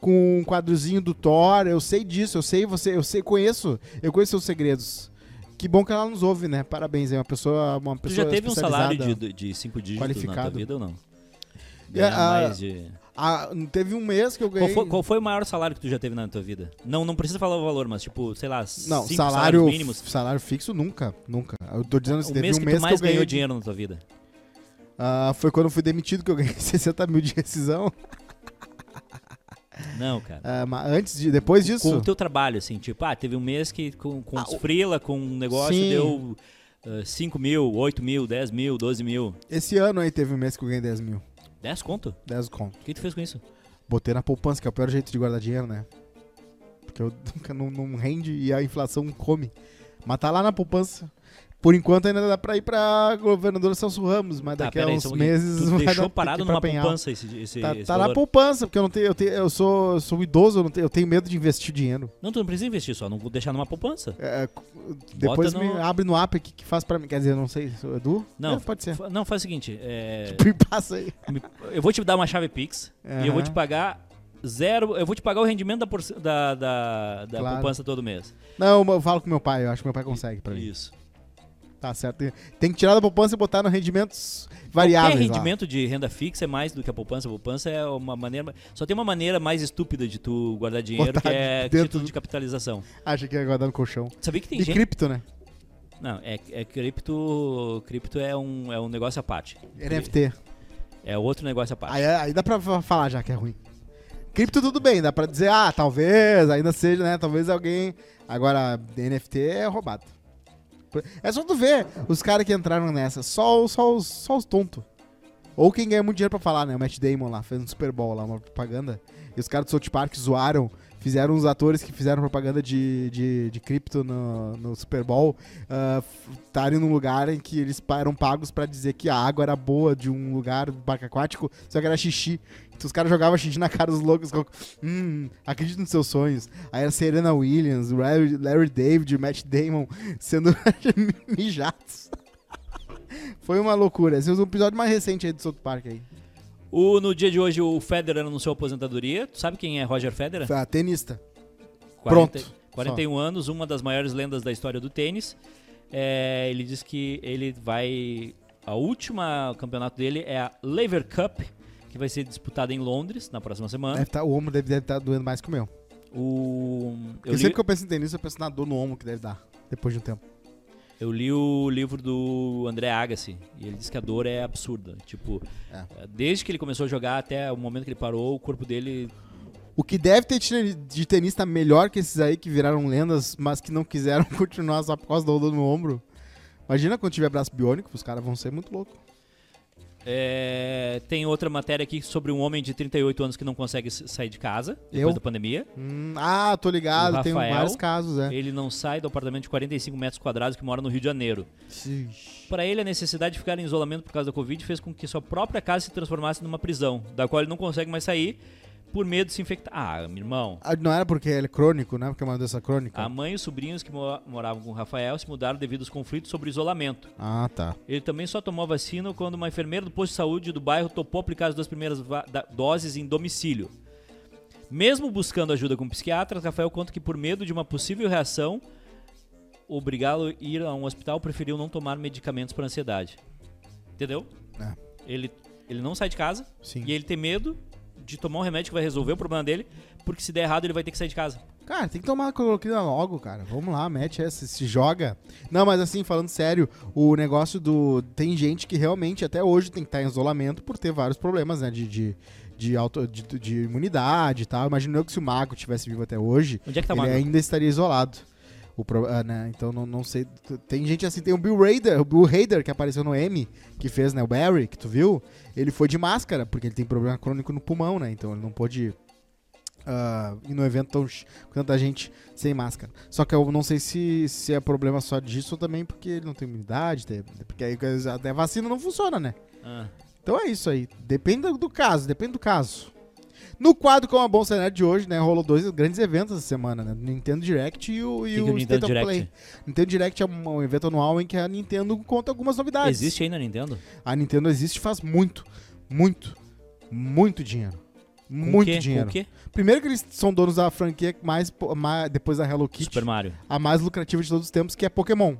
S2: com um quadrozinho do Thor. Eu sei disso, eu sei você, eu sei, conheço, eu conheço seus segredos. Que bom que ela nos ouve, né? Parabéns, é uma pessoa, uma
S1: Tu
S2: pessoa
S1: já teve um salário
S2: especializada.
S1: de, de cinco dígitos na
S2: Qualificado.
S1: tua vida ou não?
S2: É,
S1: Ganhar
S2: a-
S1: mais de...
S2: Ah, teve um mês que eu
S1: Qual
S2: ganhei.
S1: foi, qual foi o maior salário que tu já teve na tua vida? Não, não precisa falar o valor, mas tipo, sei lá,
S2: Não,
S1: cinco
S2: salário,
S1: salários mínimos.
S2: salário fixo nunca, nunca. Eu tô dizendo se
S1: O
S2: teve
S1: mês
S2: um
S1: que
S2: mês
S1: tu mais
S2: que eu
S1: ganhou
S2: ganhei
S1: dinheiro na tua vida.
S2: Ah, foi quando eu fui demitido que eu ganhei [laughs] 60 mil de rescisão.
S1: Não, cara.
S2: Ah, mas antes de, depois disso,
S1: Com o teu trabalho, assim, tipo, ah, teve um mês que com, com os frila, com um negócio,
S2: Ah, Sim.
S1: deu 5 mil, 8 mil, 10 mil, 12 mil.
S2: esse ano aí teve um mês que eu ganhei 10 mil.
S1: 10 conto?
S2: 10 conto.
S1: O que tu fez com isso?
S2: Botei na poupança, que é o pior jeito de guardar dinheiro, né? Porque eu [laughs] nunca não, não rende e a inflação come. Mas tá lá na poupança. Por enquanto ainda dá pra ir pra governador Celso Ramos, mas daqui a
S1: peraí,
S2: uns
S1: só um pouquinho.
S2: meses
S1: Tu
S2: [laughs] vai dar-
S1: deixou
S2: ter que
S1: parado
S2: ir pra
S1: numa
S2: penhal.
S1: poupança esse, esse,
S2: Tá,
S1: esse
S2: tá na
S1: valor.
S2: poupança, porque eu não tenho, eu, tenho, eu sou, eu sou idoso, eu, não tenho, eu tenho medo de investir dinheiro.
S1: Não, tu não precisa investir só, não vou deixar numa poupança.
S2: É, depois
S1: no-
S2: me abre no app aqui que faz pra mim. Quer dizer, não sei, sou Edu?
S1: Não,
S2: É, pode ser.
S1: Fa- Não, faz o seguinte, é,
S2: Me [laughs] passa aí.
S1: Me- Eu vou te dar uma chave Pix e eu vou te
S2: Aham.
S1: pagar zero. Eu vou te pagar o rendimento da, porci- da, da, da
S2: Claro.
S1: poupança todo mês.
S2: Não, eu falo com meu pai, eu acho que meu pai consegue pra mim.
S1: Isso.
S2: Tá certo. Tem- Tem que tirar da poupança e botar no rendimentos
S1: Qualquer
S2: variáveis. lá.
S1: rendimento de renda fixa é mais do que a poupança. A poupança é uma maneira. Só tem uma maneira mais estúpida de tu guardar dinheiro,
S2: Botar
S1: que é
S2: dentro
S1: título
S2: do-
S1: de capitalização.
S2: Acha que é ia guardar no colchão.
S1: Sabia que tem
S2: E
S1: gente.
S2: cripto, né?
S1: Não, é, é cripto. Cripto é um, é um negócio à parte.
S2: NFT.
S1: É outro negócio à parte.
S2: Aí, aí dá pra fa- falar já que é ruim. Cripto tudo bem, dá pra dizer, ah, talvez, ainda seja, né? Talvez alguém. Agora, NFT é roubado. É só tu ver os caras que entraram nessa, só, os- só, os- só os tontos. Ou quem ganha muito dinheiro pra falar, né? O Matt Damon lá, fez um Super Bowl lá, uma propaganda. E os caras do South Park zoaram, fizeram uns atores que fizeram propaganda de, de, de cripto no, no Super Bowl ah, f- estarem num lugar em que eles pa- eram pagos pra dizer que a água era boa de um lugar, do parque aquático, só que era xixi. Então os caras jogavam xixi na cara dos loucos. como, Hum, acredito nos seus sonhos. Aí era Serena Williams, Larry, Larry David, Matt Damon sendo [laughs] mijados. Foi uma loucura. Esse é o episódio mais recente aí do South Park aí.
S1: O, no dia de hoje, o Federer anunciou aposentadoria. Tu sabe quem é Roger Federer?
S2: Foi a tenista.
S1: 40
S2: Pronto.
S1: 41 anos, uma das maiores lendas da história do tênis. É, ele diz que ele vai. A última campeonato dele é a Lever Cup, que vai ser disputada em Londres na próxima semana.
S2: Deve tá- o ombro deve estar doendo mais que o meu.
S1: O, eu,
S2: Eu
S1: li,
S2: sempre É. que eu penso em tenista, eu penso na dor no ombro que deve dar. Depois de um tempo.
S1: eu li o livro do André Agassi e ele diz que a dor é absurda. Tipo,
S2: É.
S1: desde que ele começou a jogar até o momento que ele parou, o corpo dele
S2: O que deve ter teni- de tenista melhor que esses aí que viraram lendas, mas que não quiseram [laughs] continuar só por causa da dor no ombro. Imagina quando tiver braço biônico, os caras vão ser muito loucos.
S1: É, tem outra matéria aqui sobre um homem de 38 anos que não consegue s- sair de casa depois
S2: Eu?
S1: da pandemia.
S2: Hum, ah, tô
S1: O
S2: ligado, tem
S1: Rafael.
S2: vários casos, é.
S1: Ele não sai do apartamento de 45 metros quadrados que mora no Rio de Janeiro. Para ele, a necessidade de ficar em isolamento por causa da Covid fez com que sua própria casa se transformasse numa prisão, da qual ele não consegue mais sair por medo de se infectar. Ah, meu irmão.
S2: Ah, Não era porque ele é crônico, né? Porque é uma doença crônica.
S1: A mãe e os sobrinhos que mo- moravam com o Rafael se mudaram devido aos conflitos sobre isolamento.
S2: Ah, tá.
S1: Ele também só tomou a vacina quando uma enfermeira do posto de saúde do bairro topou aplicar as duas primeiras va- da- doses em domicílio. Mesmo buscando ajuda com psiquiatras, Rafael conta que por medo de uma possível reação obrigá-lo a ir a um hospital, preferiu não tomar medicamentos para ansiedade. Entendeu?
S2: É.
S1: Ele, ele não sai de casa
S2: Sim.
S1: e ele tem medo de tomar um remédio que vai resolver o problema dele, porque se der errado ele vai ter que sair de casa.
S2: Cara, tem que tomar cloroquina logo, cara. Vamos lá, mete essa, se joga. Não, mas assim, falando sério, o negócio do. Tem gente que realmente até hoje tem que estar em isolamento por ter vários problemas, né? De, de, de, auto, de, de imunidade e tal. Imagino eu que se o Mago tivesse vivo até hoje,
S1: Onde é que tá o
S2: ele
S1: Mago?
S2: ainda estaria isolado. O pro- ah, né, Então não, não sei. Tem gente assim, tem o Bill Raider, o Bill Hader que apareceu no M, que fez, né? O Barry, que tu viu. Ele foi de máscara, porque ele tem problema crônico no pulmão, né? Então ele não pôde ah, ir no evento tão, ch- com tanta gente sem máscara. Só que eu não sei se, se é problema só disso ou também porque ele não tem imunidade, tem- porque aí até a vacina não funciona, né?
S1: Ah,
S2: Então é isso aí. Depende do- do caso, depende do caso. No quadro com a Bom Cenário de hoje, né? Rolou dois grandes eventos essa semana, né? Nintendo Direct e o, e
S1: que que
S2: o
S1: é o Nintendo
S2: State of
S1: Direct?
S2: Play. Nintendo Direct é um um evento anual em que a Nintendo conta algumas novidades.
S1: Ah, Existe aí na Nintendo?
S2: A Nintendo existe e faz muito, muito, muito dinheiro.
S1: Com o
S2: muito
S1: quê? Com
S2: dinheiro.
S1: o quê?
S2: Primeiro que eles são donos da franquia mais, po- ma- depois da Hello Kitty,
S1: Super Mario.
S2: a mais lucrativa de todos os tempos, que é Pokémon.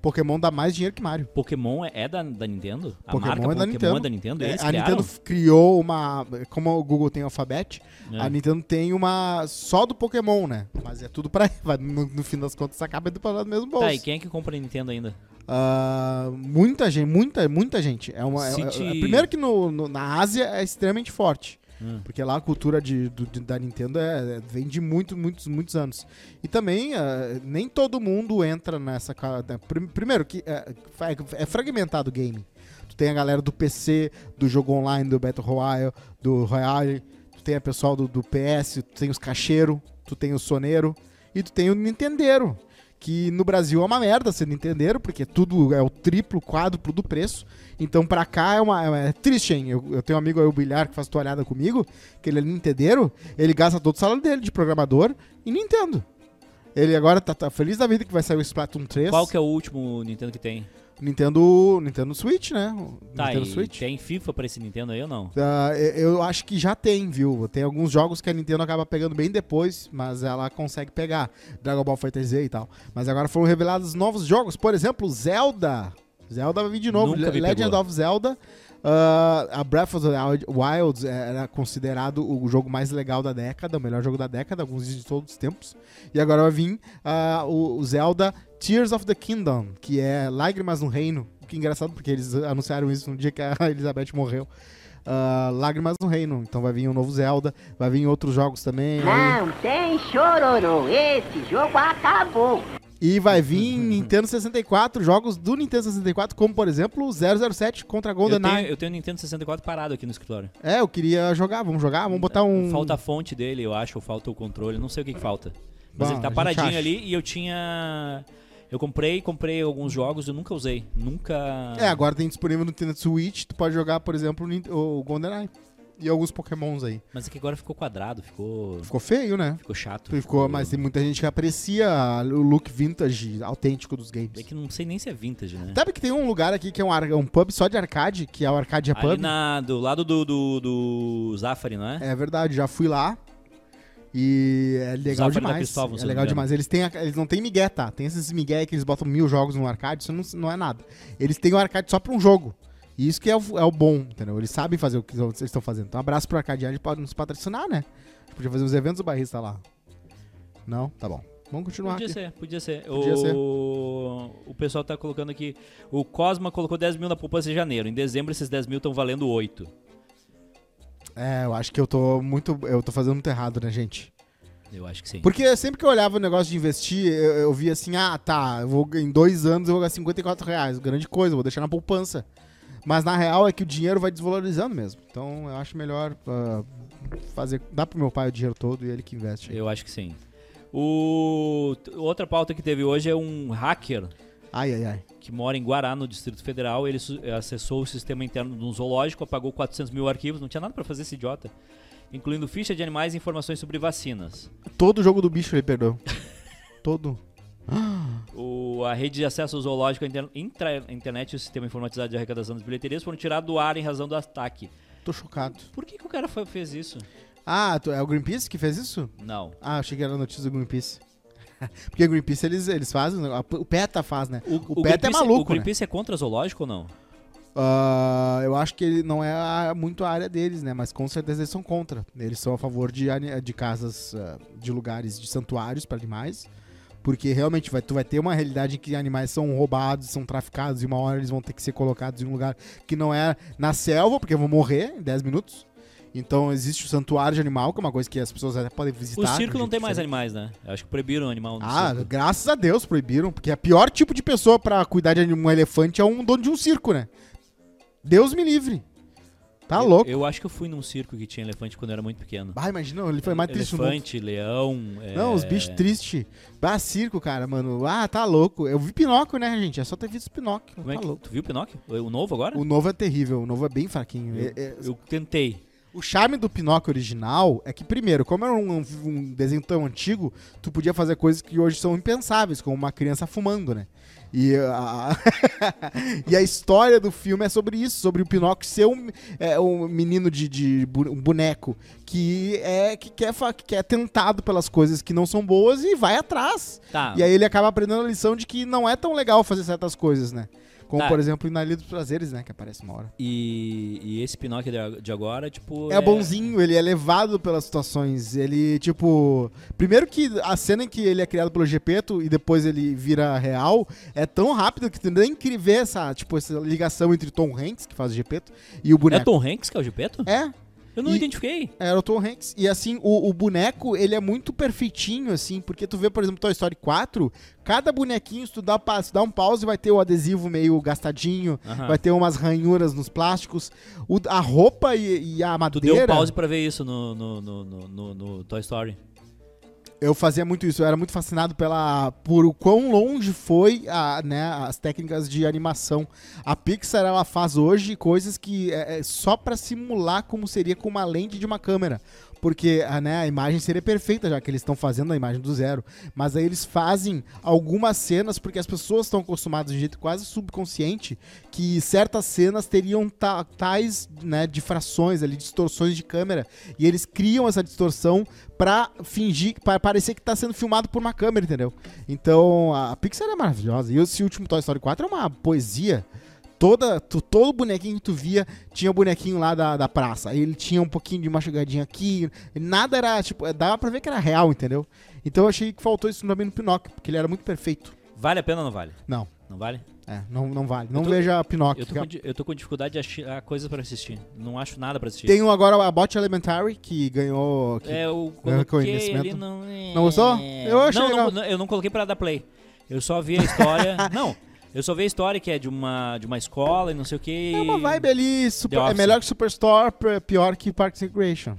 S2: Pokémon dá mais dinheiro que Mario.
S1: Pokémon é, é da, da Nintendo? A
S2: Pokémon
S1: marca
S2: é da
S1: Pokémon
S2: Nintendo.
S1: é da Nintendo?
S2: É,
S1: Eles
S2: a
S1: criaram? Tá,
S2: Nintendo criou uma. Como o Google tem Alphabet,
S1: É.
S2: a Nintendo tem uma só do Pokémon, né? Mas é tudo pra. [laughs] vai- No, no fim das contas, acaba indo pra lá do mesmo bolso.
S1: Tá, e quem é que compra a Nintendo ainda?
S2: Ah, muita gente, muita, muita gente. É uma, é-
S1: City-
S2: é- é- primeiro que no, no- na Ásia é extremamente forte.
S1: Hum.
S2: Porque lá a cultura de, do- de- da Nintendo é, é- vem de muito, muitos, muitos anos. E também, ah, nem todo mundo entra nessa. ca- da- prim- Primeiro, que é, é fragmentado o game. Tu tem a galera do PC, do jogo online, do Battle Royale, do Royale. Tu tem a pessoal do, do PS, tu tem os cacheiro, tu tem o soneiro e tu tem o Nintendeiro. Que no Brasil é uma merda ser Nintendeiro, porque tudo é o triplo, quádruplo do preço. Então pra cá é uma. É, é triste, hein? Eu, eu tenho um amigo aí, o Bilhar, que faz toalhada comigo, que ele é Nintendeiro, ele gasta todo o salário dele de programador em Nintendo. Ele agora tá, tá feliz da vida que vai sair o Splatoon 3.
S1: Qual que é o último Nintendo que tem?
S2: Nintendo, Nintendo Switch, né? O
S1: Tá,
S2: Nintendo
S1: e tem FIFA pra esse Nintendo aí ou não?
S2: Ah, eu- eu acho que já tem, viu? Tem alguns jogos que a Nintendo acaba pegando bem depois, mas ela consegue pegar. Dragon Ball FighterZ e tal. Mas agora foram revelados novos jogos, por exemplo, Zelda. Zelda vai vir de novo,
S1: Nunca me
S2: Legend
S1: pegou.
S2: of Zelda. Ah, a Breath of the Wild era considerado o jogo mais legal da década, o melhor jogo da década, alguns de todos os tempos. E agora vai vir ah, o, o Zelda Tears of the Kingdom, que é Lágrimas no Reino. O que é engraçado, porque eles anunciaram isso no dia que a [laughs] Elizabeth morreu. Ah, Lágrimas no Reino. Então vai vir um novo Zelda, vai vir outros jogos também.
S5: Não tem chororô, esse jogo acabou.
S2: E
S1: [laughs]
S2: vai vir Nintendo 64, jogos do Nintendo 64, como por exemplo 007 contra
S1: Eu
S2: GoldenEye.
S1: tenho, eu tenho o Nintendo 64 parado aqui no escritório.
S2: É, eu queria jogar, vamos jogar, vamos botar um.
S1: Falta a fonte dele, eu acho, ou falta o controle, não sei o que, que falta. Mas
S2: Bom,
S1: ele
S2: a
S1: tá
S2: gente
S1: paradinho
S2: acha.
S1: ali e eu tinha. Eu comprei, comprei alguns jogos, eu nunca usei. Nunca.
S2: É, agora tem disponível no Nintendo Switch, tu pode jogar, por exemplo, o Nin- o GoldenEye. E alguns pokémons aí.
S1: Mas é que agora ficou quadrado, ficou.
S2: Ficou feio, né?
S1: Ficou chato.
S2: Ficou, mas tem muita gente que aprecia o look vintage, autêntico dos
S1: É
S2: games.
S1: que não sei nem se é vintage, né?
S2: Sabe que tem um lugar aqui que é um, ar- um pub só de arcade, que é o Arcadia
S1: Ali
S2: Pub?
S1: na, do lado do, do, do Zafari, não é?
S2: É verdade, já fui lá. E é legal
S1: Zafari da
S2: demais.
S1: Cristóvão, se eu
S2: é
S1: não
S2: legal
S1: me engano.
S2: demais. Eles, têm, a- eles não têm migué, tá? Tem esses migué que eles botam mil jogos no arcade, isso não, não é nada. Eles têm o arcade só pra um jogo. E isso que é o, é o bom, entendeu? Eles sabem fazer o que eles estão fazendo. Então, abraço pro Arcadiade pode nos patrocinar, né? A gente podia fazer uns eventos, o barrista lá. Não? Tá bom. Vamos continuar
S1: Podia
S2: aqui.
S1: ser, podia ser.
S2: Podia
S1: o... o pessoal tá colocando aqui. O Cosma colocou 10 mil na poupança em janeiro. Em dezembro, esses 10 mil estão valendo 8.
S2: É, eu acho que eu tô muito. Eu tô fazendo muito errado, né, gente?
S1: Eu acho que sim.
S2: Porque sempre que eu olhava o negócio de investir, eu, eu via assim, ah, tá, eu vou, em dois anos eu vou ganhar 54 reais, grande coisa, eu vou deixar na poupança. Mas na real é que o dinheiro vai desvalorizando mesmo. Então eu acho melhor ah, fazer. Dá pro meu pai o dinheiro todo e ele que investe.
S1: Eu acho que sim. O... t- Outra pauta que teve hoje é um hacker
S2: Ai, ai, ai.
S1: que mora em Guará, no Distrito Federal. Ele su- acessou o sistema interno de um zoológico, apagou 400 mil arquivos, não tinha nada pra fazer esse idiota. Incluindo ficha de animais e informações sobre vacinas.
S2: Todo jogo do bicho ele perdeu. todo.
S1: O, a rede de acesso zoológico, à inter, intra- internet e o sistema informatizado de arrecadação das bilheterias foram tirados do ar em razão do ataque.
S2: Tô chocado.
S1: Por que, que o cara foi- fez isso?
S2: Ah, tu- é o Greenpeace que fez isso?
S1: Não.
S2: Ah, achei que era notícia do Greenpeace. [laughs] Porque o Greenpeace eles, eles fazem. O PETA faz, né? O, PETA é
S1: Greenpeace-
S2: maluco,
S1: O Greenpeace é contra zoológico ou não?
S2: né? Ah, eu acho que ele não é a- muito a área deles, né? Mas com certeza eles são contra. Eles são a favor de, ani- de casas, ah, de lugares, de santuários para animais. Porque realmente vai, tu vai ter uma realidade em que animais são roubados, são traficados, e uma hora eles vão ter que ser colocados em um lugar que não é na selva, porque vão morrer em 10 minutos. Então existe o santuário de animal, que é uma coisa que as pessoas até podem visitar.
S1: O
S2: de um
S1: circo não
S2: jeito
S1: tem mais
S2: diferente.
S1: animais, né? Eu acho que proibiram o animal no
S2: Ah,
S1: circo.
S2: graças a Deus proibiram, porque a pior tipo de pessoa pra cuidar de um elefante é um dono de um circo, né? Deus me livre. Tá
S1: Eu-
S2: louco.
S1: Eu acho que eu fui num circo que tinha elefante quando eu era muito pequeno.
S2: Bah, imagina, ele foi mais Ah, é triste no mundo.
S1: elefante, leão. é,
S2: Não, os bichos tristes. Bah, circo, cara, mano. Ah, tá louco. Eu vi Pinóquio, né, gente? É só ter visto Pinóquio.
S1: Como é
S2: tá
S1: que...
S2: louco.
S1: Tu viu o Pinóquio? O novo agora?
S2: O novo é terrível, o novo é bem fraquinho. É- é-
S1: Eu tentei.
S2: O charme do Pinóquio original é que, primeiro, como era um, um desenho tão antigo, tu podia fazer coisas que hoje são impensáveis, como uma criança fumando, né? E a, [laughs] e a história do filme é sobre isso, sobre o Pinóquio ser um, é, um menino de, de bu- um boneco que é que quer, fa- que é tentado pelas coisas que não são boas e vai atrás.
S1: Tá.
S2: E aí ele acaba aprendendo a lição de que não é tão legal fazer certas coisas, né? Como,
S1: Tá.
S2: por exemplo, na Ilha dos Prazeres, né? Que aparece uma hora.
S1: E, e esse Pinóquio de ag- de agora, tipo.
S2: É bonzinho, ele é levado pelas situações. Ele, tipo. Primeiro que a cena em que ele é criado pelo Gepeto e depois ele vira real é tão rápido que tu nem cri- vê essa, tipo, essa ligação entre Tom Hanks, que faz o Gepeto, e o
S1: É
S2: boneco.
S1: Tom Hanks que é o Gepeto?
S2: É,
S1: Eu não
S2: né? E-
S1: identifiquei.
S2: era o Tom Hanks. E assim, o, o boneco, ele é muito perfeitinho, assim, porque tu vê, por exemplo, Toy Story 4, cada bonequinho, se tu dá, pa- se dá um pause, vai ter o adesivo meio gastadinho,
S1: Aham.
S2: vai ter umas ranhuras nos plásticos. O- a roupa e, e a
S1: Tu
S2: madeira...
S1: deu um pause pra ver isso no, no, no, no, no- no Toy Story.
S2: Eu fazia muito isso, eu era muito fascinado pela por o quão longe foi a, né, as técnicas de animação. A Pixar ela faz hoje coisas que é, é só pra simular como seria com uma lente de uma câmera, porque a, né, a imagem seria perfeita já que eles estão fazendo a imagem do zero, mas aí eles fazem algumas cenas porque as pessoas estão acostumadas de um jeito quase subconsciente que certas cenas teriam ta- tais né, difrações ali, distorções de câmera e eles criam essa distorção pra fingir, pra parecer que tá sendo filmado por uma câmera, entendeu? Então, a Pixar é maravilhosa. E esse último Toy Story 4 é uma poesia. Toda, tu, todo bonequinho que tu via tinha o bonequinho lá da, da praça. Aí Ele tinha um pouquinho de machugadinha aqui. Nada era, tipo, eh, dava pra ver que era real, entendeu? Então eu achei que faltou isso também no Pinóquio, porque ele era muito perfeito.
S1: Vale a pena ou não vale?
S2: Não,
S1: Não vale?
S2: é, não, não vale. Não
S1: tô-
S2: veja Pinóquio.
S1: Eu tô, com, di- eu tô com dificuldade de achar coisas pra assistir. Não acho nada pra assistir.
S2: Tem um agora a Bot Elementary, que ganhou. que-
S1: É, eu
S2: Não é
S1: coloquei
S2: conhecimento.
S1: ali, não...
S2: Não gostou? Eu achei
S1: não, não,
S2: legal.
S1: não, eu não coloquei pra dar play. Eu só vi a
S2: [laughs]
S1: história... não, eu só vi a história que é de uma, de uma escola e não sei o que.
S2: É uma vibe ali, super-
S1: The
S2: é
S1: Office.
S2: melhor que Superstore, p- pior que Parks and Recreation.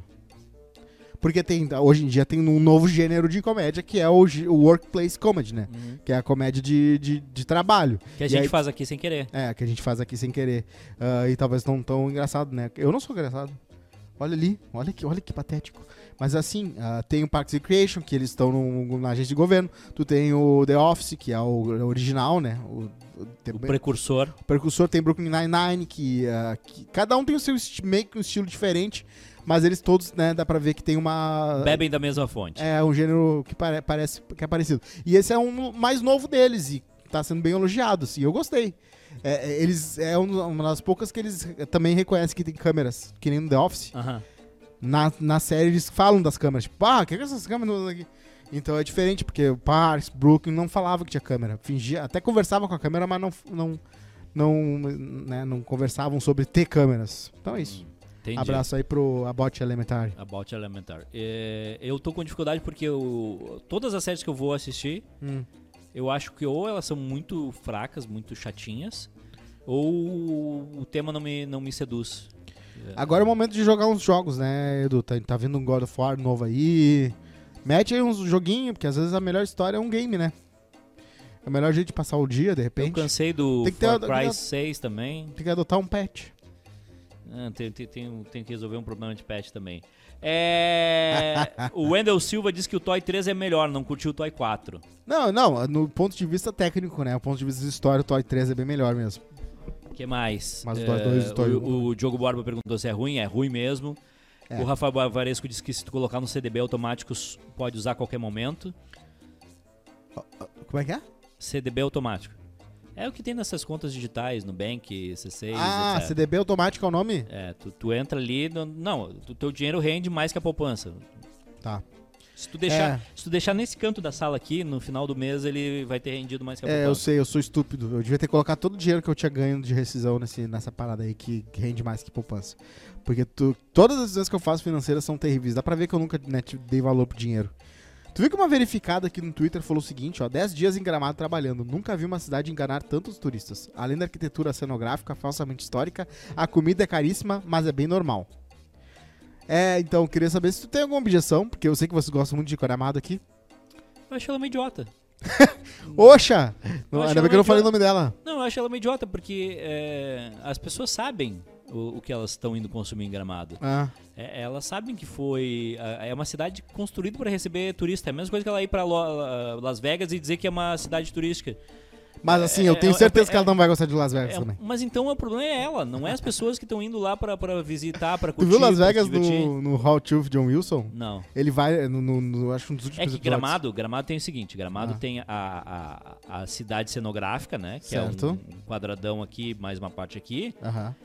S2: Porque tem, hoje em dia tem um novo gênero de comédia que é o, gê- o Workplace Comedy, né?
S1: Uhum.
S2: Que é a comédia de, de, de trabalho.
S1: Que a
S2: E
S1: gente
S2: aí-
S1: faz aqui sem querer.
S2: É, que a gente faz aqui sem querer. Ah, e talvez não tão engraçado, né? Eu não sou engraçado. Olha ali, olha que, olha que patético. Mas assim, ah, tem o Parks and Recreation, que eles estão num- na agência de governo. Tu tem o The Office, que é o original, né? O, o- tem
S1: O
S2: bem-
S1: precursor.
S2: o percursor tem Brooklyn Nine-Nine, que, ah, que cada um tem o seu esti- meio que um estilo diferente, mas eles todos, né, dá pra ver que tem uma...
S1: Bebem da mesma fonte.
S2: Ah, É, um gênero que pare- parece que é parecido. E esse é um mais novo deles e tá sendo bem elogiado, assim, eu gostei. É, é, eles, é um- uma das poucas que eles eh, também reconhecem que tem câmeras, que nem no The Office.
S1: Aham.
S2: Na, na série eles falam das câmeras, tipo, ah, o que, que essas câmeras estão aqui? Então é diferente, porque o Parks, Brooklyn não falava que tinha câmera. Fingia, até conversava com a câmera, mas não, não, não, né, não conversavam sobre ter câmeras. Então é isso.
S1: Entendi.
S2: Abraço aí pro Abot Elementar.
S1: About Elementar. É, eu tô com dificuldade porque eu, todas as séries que eu vou assistir,
S2: Hum.
S1: eu acho que ou elas são muito fracas, muito chatinhas, ou o tema não me, não me seduz.
S2: Agora é o momento de jogar uns jogos, né, Edu? Tá, tá vindo um God of War novo aí. Mete aí uns joguinhos, porque às vezes a melhor história é um game, né? É o melhor jeito de passar o dia, de
S1: Eu
S2: repente.
S1: cansei do
S2: Tem que ter
S1: Far
S2: uma-
S1: Cry
S2: uma-
S1: 6 também.
S2: Tem que adotar um pet.
S1: Ah, tem, tem, tem- tem que resolver um problema de patch também. É,
S2: [laughs]
S1: o Wendel Silva diz que o Toy 3 é melhor, não curtiu o Toy 4.
S2: Não, não, no ponto de vista técnico, né? O ponto de vista de história, o Toy 3 é bem melhor mesmo.
S1: O que mais?
S2: Mas o
S1: É,
S2: Toy 2 e o Toy
S1: o,
S2: 1.
S1: o Diogo Borba perguntou se é ruim, é ruim mesmo.
S2: É.
S1: O Rafael Bavaresco disse que se tu colocar no CDB automático, s- pode usar a qualquer momento.
S2: Como é que é?
S1: CDB automático. É o que tem nessas contas digitais, Nubank, C6,
S2: Ah,
S1: etc.
S2: CDB automático é o nome?
S1: É, tu, tu entra ali, no- não, o teu dinheiro rende mais que a poupança.
S2: Tá.
S1: Se tu, deixar,
S2: É.
S1: se tu deixar nesse canto da sala aqui, no final do mês ele vai ter rendido mais que a
S2: É, eu
S1: poupança.
S2: sei, eu sou estúpido. Eu devia ter colocado todo o dinheiro que eu tinha ganho de rescisão nesse, nessa parada aí que que rende mais que poupança. Porque tu- todas as decisões que eu faço financeiras são terríveis. Dá pra ver que eu nunca né, te- dei valor pro dinheiro. Tu viu que uma verificada aqui no Twitter falou o seguinte, ó, 10 dias em Gramado trabalhando, nunca vi uma cidade enganar tantos turistas. Além da arquitetura cenográfica falsamente histórica, a comida é caríssima, mas é bem normal. É, então, eu queria saber se tu tem alguma objeção, porque eu sei que vocês gostam muito de Gramado aqui.
S1: Eu acho ela uma idiota.
S2: Hum. Oxa!
S1: Eu acho
S2: Ainda bem
S1: ela
S2: que eu não falei
S1: idiota.
S2: o nome dela.
S1: Não, eu acho ela uma idiota porque é, as pessoas sabem o, o que elas estão indo consumir em Gramado.
S2: Ah.
S1: É, elas sabem que foi. a- É uma cidade construída para receber turista. É a mesma coisa que ela ir para Las Vegas e dizer que é uma cidade turística.
S2: Mas assim, eu
S1: é,
S2: tenho
S1: é, é,
S2: certeza que ela não vai gostar de Las Vegas
S1: É,
S2: também.
S1: mas então o problema é ela, não é as pessoas que estão indo lá para visitar, para
S2: Tu
S1: curtir.
S2: viu Las
S1: pra se
S2: Vegas
S1: divertir.
S2: no, no How to John Wilson?
S1: Não.
S2: Ele vai, eh, no, no- no- acho que um dos últimos
S1: É que
S2: episódios.
S1: Gramado, Gramado tem o seguinte, Gramado
S2: Ah.
S1: tem a, a, a cidade cenográfica, né? Que é
S2: Certo.
S1: um quadradão aqui, mais uma parte aqui,
S2: Aham.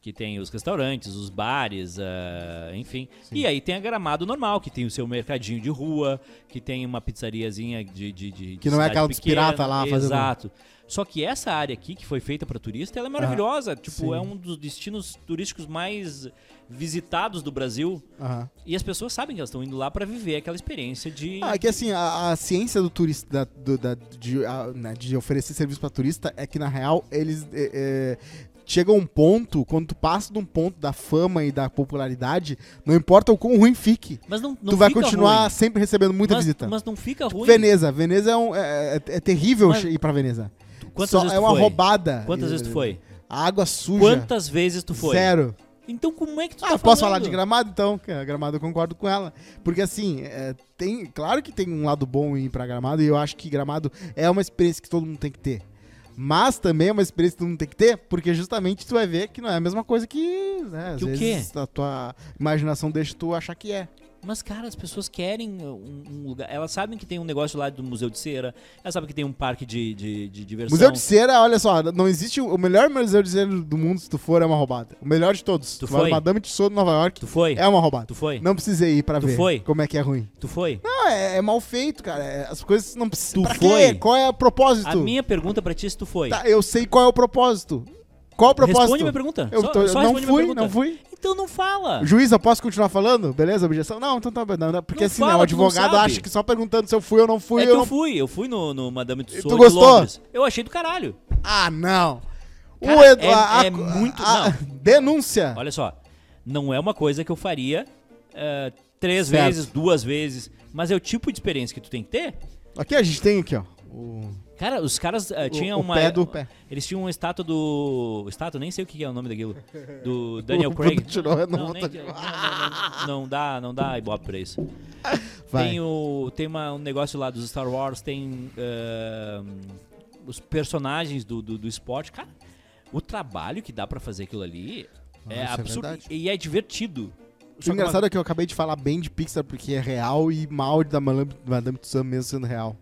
S1: que tem os restaurantes, os bares, ah, enfim. E aí tem a Gramado normal, que tem o seu mercadinho de rua, que tem uma pizzariazinha de, de, de- de
S2: Que não é
S1: cidade
S2: aquela dos
S1: pequena.
S2: pirata lá fazendo-
S1: Exato. Só que essa área aqui, que foi feita para turista, ela é maravilhosa. tipo,
S2: sim.
S1: é um dos destinos turísticos mais visitados do Brasil.
S2: aham.
S1: E as pessoas sabem que elas estão indo lá para viver aquela experiência de...
S2: Ah, é que assim, a, a ciência do turista, da- do- da- de, a- né, de oferecer serviço pra turista, é que na real eles. É, é, Chega um ponto, quando tu passa de um ponto da fama e da popularidade, não importa o quão ruim fique,
S1: Mas não, não
S2: tu vai
S1: fica
S2: continuar
S1: ruim.
S2: sempre recebendo muita
S1: mas,
S2: visita. Tipo,
S1: Mas não fica ruim.
S2: Veneza, Veneza é, um, é, é- é terrível
S1: Mas-
S2: ir pra Veneza.
S1: Quantas
S2: Só-
S1: vezes
S2: é
S1: tu
S2: uma
S1: foi?
S2: roubada.
S1: Quantas vezes tu foi?
S2: A água suja.
S1: Quantas vezes tu foi?
S2: Zero.
S1: Então como é que tu
S2: ah,
S1: tá
S2: posso
S1: falando?
S2: falar de gramado então? Que a gramado eu concordo com ela. Porque assim, é, tem, claro que tem um lado bom em ir pra gramado e eu acho que gramado é uma experiência que todo mundo tem que ter. Mas também é uma experiência que todo mundo tem que ter, porque justamente tu vai ver que não é a mesma coisa que. Né, às
S1: Que o
S2: vezes a tua imaginação deixa tu achar que é.
S1: Mas, cara, as pessoas querem um, um lugar. Elas sabem que tem um negócio lá do Museu de Cera. Elas sabem que tem um parque de, de, de diversão.
S2: Museu de cera, olha só, não existe. O melhor museu de cera do mundo, se tu for, é uma roubada. O melhor de todos.
S1: Tu
S2: vai
S1: foi?
S2: no Madame Tussauds, Nova York,
S1: Tu foi?
S2: é uma roubada.
S1: Tu foi?
S2: Não precisei ir pra
S1: Tu
S2: ver
S1: foi?
S2: como é que é ruim.
S1: Tu foi?
S2: Não, é, é mal feito, cara. É, As coisas não precisam.
S1: Tu
S2: Pra
S1: foi?
S2: quê? Qual é o propósito?
S1: A minha pergunta pra ti é se tu foi.
S2: Tá, eu sei qual é o propósito. Qual é o propósito?
S1: Responde minha pergunta.
S2: Eu,
S1: só,
S2: tô-
S1: só
S2: não
S1: responde minha
S2: fui,
S1: pergunta.
S2: não fui.
S1: Então não fala.
S2: Juiz, eu posso continuar falando? Beleza? Objeção? Não, então tá. Não, não, porque
S1: Não
S2: assim, né,
S1: fala,
S2: o
S1: tu não
S2: advogado
S1: sabe.
S2: acha que só perguntando se eu fui ou não fui,
S1: é que
S2: eu
S1: eu
S2: não
S1: fui. Eu fui no, no Madame Tussauds
S2: tu
S1: de
S2: gostou?
S1: Londres. Eu achei do caralho.
S2: Ah, não. o
S1: Cara, é-
S2: Eduardo.
S1: é muito- não.
S2: denúncia.
S1: Olha só, não é uma coisa que eu faria eh, três
S2: Certo.
S1: vezes, duas vezes, mas é o tipo de experiência que tu tem que ter.
S2: Aqui a gente tem aqui, ó. O,
S1: Cara, os caras eh, tinham
S2: o
S1: uma.
S2: pé do pé.
S1: Eles tinham uma estátua do. Estátua, nem sei o que é o nome daquilo.
S2: [laughs]
S1: Do Daniel
S2: O Bruno
S1: Craig.
S2: tirou, eu não vou
S1: nem-
S2: tá-
S1: não, não, não, não dá, não dá ibope pra isso.
S2: vai.
S1: Tem, o, tem uma- um negócio lá dos Star Wars, tem eh, os personagens do, do, do esporte. Cara, o trabalho que dá pra fazer aquilo ali é
S2: Nossa, é
S1: absurdo
S2: verdade.
S1: e é divertido. Só que
S2: O
S1: uma-
S2: engraçado é que eu acabei de falar bem de Pixar porque é real e mal de da Madame, Madame Tussauds mesmo sendo real.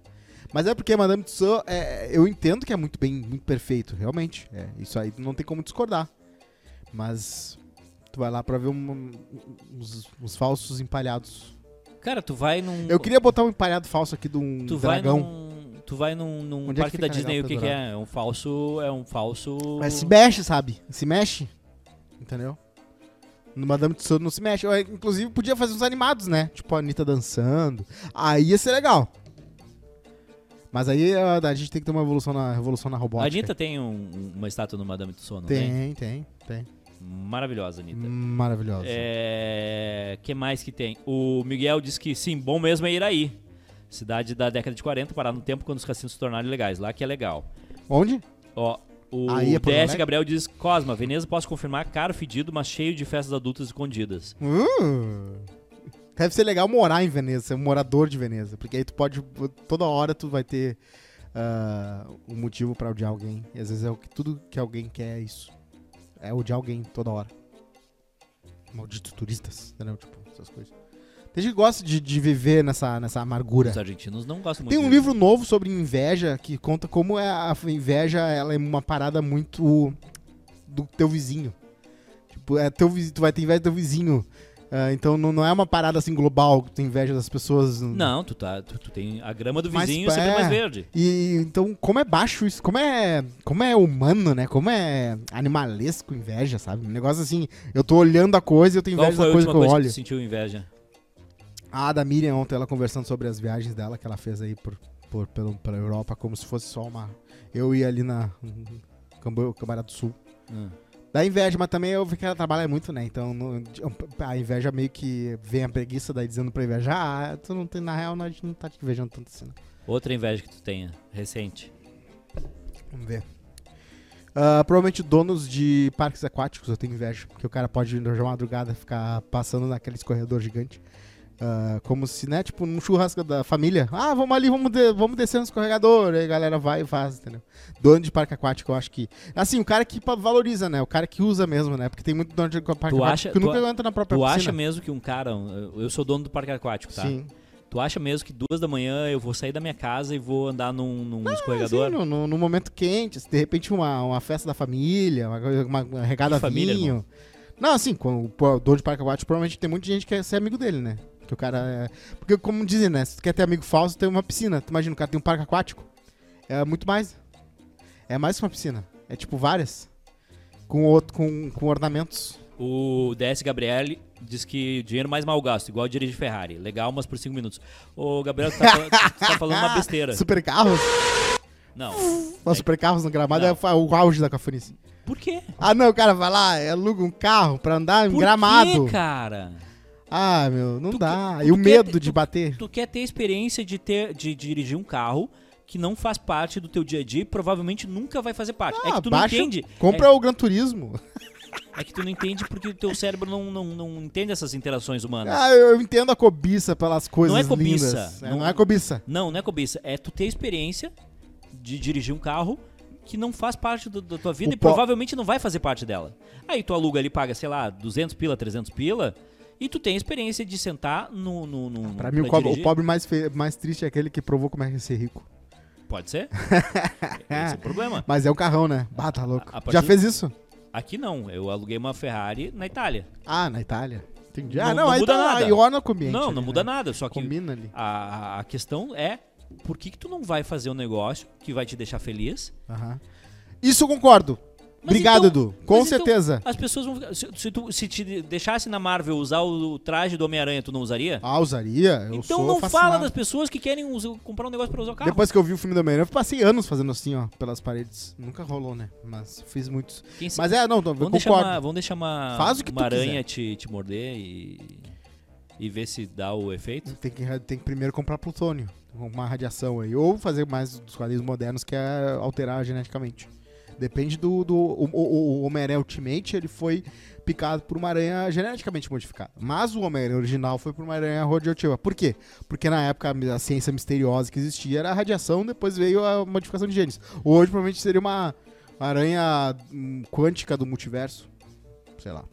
S2: Mas é porque Madame Tussauds, é, eu entendo que é muito bem, muito perfeito, realmente. É, isso aí não tem como discordar. Mas tu vai lá pra ver um- uns, uns falsos empalhados.
S1: Cara, tu vai num.
S2: Eu queria botar um empalhado falso aqui de um
S1: tu vai
S2: dragão.
S1: num. Tu vai num, num
S2: Onde é que
S1: parque
S2: fica
S1: da
S2: legal
S1: Disney, o
S2: pra
S1: que, que
S2: adorar?
S1: é? É um falso. É um falso.
S2: Mas se mexe, sabe? Se mexe. Entendeu? No Madame Tussauds não se mexe. Eu, inclusive, podia fazer uns animados, né? Tipo a Anitta dançando. Aí ia ser legal. Mas aí a, a gente tem que ter uma evolução na revolução na
S1: a
S2: robótica.
S1: Anitta tem um- uma estátua no Madame Tussauds, não tem?
S2: tem, Hum. tem, tem.
S1: Maravilhosa, Anitta.
S2: Maravilhosa.
S1: É. que mais que tem? O Miguel disse que sim, bom mesmo é Iraí. Cidade da década de 40, parar no tempo quando os cassinos se tornaram legais. Lá que é legal.
S2: Onde?
S1: Ó, o
S2: Aí é Porto
S1: DS
S2: Alegre?
S1: Gabriel diz: Cosma, Veneza posso confirmar, caro fedido, mas cheio de festas adultas escondidas.
S2: Uh, deve ser legal morar em Veneza, ser um morador de Veneza. Porque aí tu pode. Toda hora tu vai ter ah, um motivo pra odiar alguém. E às vezes é o que, tudo que alguém quer é isso. É odiar alguém toda hora. Malditos turistas, entendeu? Tipo, essas coisas. A gente gosta de, de viver nessa, nessa amargura.
S1: Os argentinos não gostam muito
S2: É. Tem um
S1: disso.
S2: livro novo sobre inveja que conta como é a inveja ela é uma parada muito do teu vizinho. Tipo, é teu vizinho, tu vai ter inveja do teu vizinho. Ah, então não, não é uma parada assim global que tu tem inveja das pessoas.
S1: Não, tu, tá, tu, tu tem a grama do
S2: Mas,
S1: vizinho
S2: pá,
S1: sempre
S2: é.
S1: mais verde.
S2: E então como é baixo isso, como é, como é humano, né? Como é animalesco inveja, sabe? Um negócio assim, eu tô olhando a coisa e eu tenho
S1: Qual
S2: inveja
S1: foi a
S2: da coisa
S1: última
S2: que eu
S1: coisa que
S2: olho.
S1: tu sentiu inveja?
S2: A da Miriam ontem, ela conversando sobre as viagens dela que ela fez aí por, por, pelo, pela Europa, como se fosse só uma. Eu ia ali na [laughs] Cambo- Cambará do Sul.
S1: Hum.
S2: Da inveja, mas também eu vi que ela trabalha muito, né? Então não- a inveja meio que vem a preguiça daí dizendo pra inveja, ah, tu não tem, na real, não, a gente não tá te invejando tanto assim, né?
S1: Outra inveja que tu tenha, recente.
S2: Vamos ver. Ah, provavelmente donos de parques aquáticos eu tenho inveja, porque o cara pode durante a madrugada ficar passando naqueles corredor gigante. Ah, como se, né, tipo, num churrasco da família. Ah, vamos ali, vamos, de- vamos descer no escorregador. Aí a galera vai e faz, entendeu? Dono de parque aquático, eu acho que. Assim, o cara que pa- valoriza, né? O cara que usa mesmo, né? Porque tem muito dono de parque aquático
S1: acha-
S2: que
S1: tu
S2: nunca
S1: a-
S2: entra na própria
S1: Tu
S2: piscina.
S1: acha mesmo que um cara. Eu sou dono do parque aquático, tá?
S2: Sim.
S1: Tu acha mesmo que duas da manhã eu vou sair da minha casa e vou andar num, num escorregador?
S2: Ah, Sim, no, no- no momento quente, se de repente uma, uma festa da família, uma, coisa- uma- uma regada a
S1: Que família,
S2: vinho. Não, assim, com o pô, o dono de parque aquático, provavelmente tem muita gente que quer ser amigo dele, né? Que o cara é... Porque, como dizem, né? Se tu quer ter amigo falso, tem uma piscina. Tu imagina, o cara tem um parque aquático. É muito mais. É mais que uma piscina. É tipo várias. Com, outro, com, com ornamentos.
S1: O DS Gabriele diz que dinheiro mais mal gasto, igual dirigir Ferrari. Legal, mas por cinco minutos. Ô, Gabriel, tu tá, fal- tu tá falando
S2: [laughs]
S1: uma besteira.
S2: Super carros?
S1: Não.
S2: [laughs] Não, super carros no gramado
S1: É. Não.
S2: é fa- o auge da cafunice.
S1: Por quê?
S2: Ah, não, o cara vai lá, aluga um carro pra andar em
S1: Por
S2: gramado.
S1: quê, cara?
S2: Ah, meu, não
S1: Tu
S2: dá.
S1: que-
S2: e o
S1: tu
S2: medo
S1: quer-
S2: de bater?
S1: Tu quer ter experiência de, ter, de dirigir um carro que não faz parte do teu dia a dia e provavelmente nunca vai fazer parte. é que tu
S2: Ah, baixa,
S1: não entende.
S2: Compra
S1: É,
S2: o Gran Turismo.
S1: é que tu não entende porque o teu cérebro não, não, não entende essas interações humanas.
S2: Ah, eu eu entendo a cobiça pelas coisas
S1: Não é cobiça,
S2: lindas. É, Não,
S1: não-
S2: é cobiça.
S1: Não, não é cobiça. É tu ter experiência de dirigir um carro que não faz parte do- da tua vida
S2: O
S1: e
S2: po-
S1: provavelmente não vai fazer parte dela. Aí tu aluga ali, paga, sei lá, 200 pila, 300 pila, e tu tem a experiência de sentar no... no, no
S2: Ah, Pra mim, o, co- o
S1: é dirigir.
S2: pobre mais, fe- mais triste é aquele que provou como é que é ser rico.
S1: Pode
S2: [laughs]
S1: ser. Esse é o problema.
S2: Mas é um carrão, né? Bah, tá louco.
S1: A- a partir
S2: Já
S1: do-
S2: fez isso?
S1: Aqui não. Eu aluguei uma Ferrari na Itália.
S2: Ah, na Itália. Entendi. Ah,
S1: Não-
S2: não,
S1: não
S2: aí
S1: muda
S2: tá,
S1: nada.
S2: aí orna com o ambiente
S1: não,
S2: ali,
S1: não muda
S2: né?
S1: nada. Só que
S2: Combina ali.
S1: a, a questão é por que, que tu não vai fazer um negócio que vai te deixar feliz
S2: Aham. Isso eu concordo.
S1: Mas
S2: Obrigado,
S1: então-
S2: Edu. Com
S1: mas então,
S2: certeza.
S1: as pessoas vão ficar. Se, se tu, se te deixasse na Marvel usar o traje do Homem-Aranha, tu não usaria?
S2: Ah, usaria. Eu
S1: então
S2: sou
S1: não
S2: fascinado.
S1: fala das pessoas que querem usar- comprar um negócio pra usar o carro.
S2: Depois que eu vi o filme do Homem-Aranha, eu passei anos fazendo assim, ó, pelas paredes. Nunca rolou, né? Mas fiz muitos.
S1: Quem sabe-
S2: Mas é, não, tô- eu
S1: vamos,
S2: concordo.
S1: deixar uma, vamos deixar uma,
S2: Faz o que
S1: uma
S2: tu
S1: aranha te, te morder e. e ver se dá o efeito.
S2: Tem que, tem que primeiro comprar plutônio, uma radiação aí. Ou fazer mais dos quadrinhos modernos, que é alterar geneticamente. Depende do. do o o, o Homem-Aranha Ultimate ele foi picado por uma aranha geneticamente modificada. Mas o Homem-Aranha original foi por uma aranha radioativa. Por quê? Porque na época a a ciência misteriosa que existia era a radiação, depois veio a modificação de genes. Hoje provavelmente seria uma aranha hum, quântica do multiverso. Sei lá.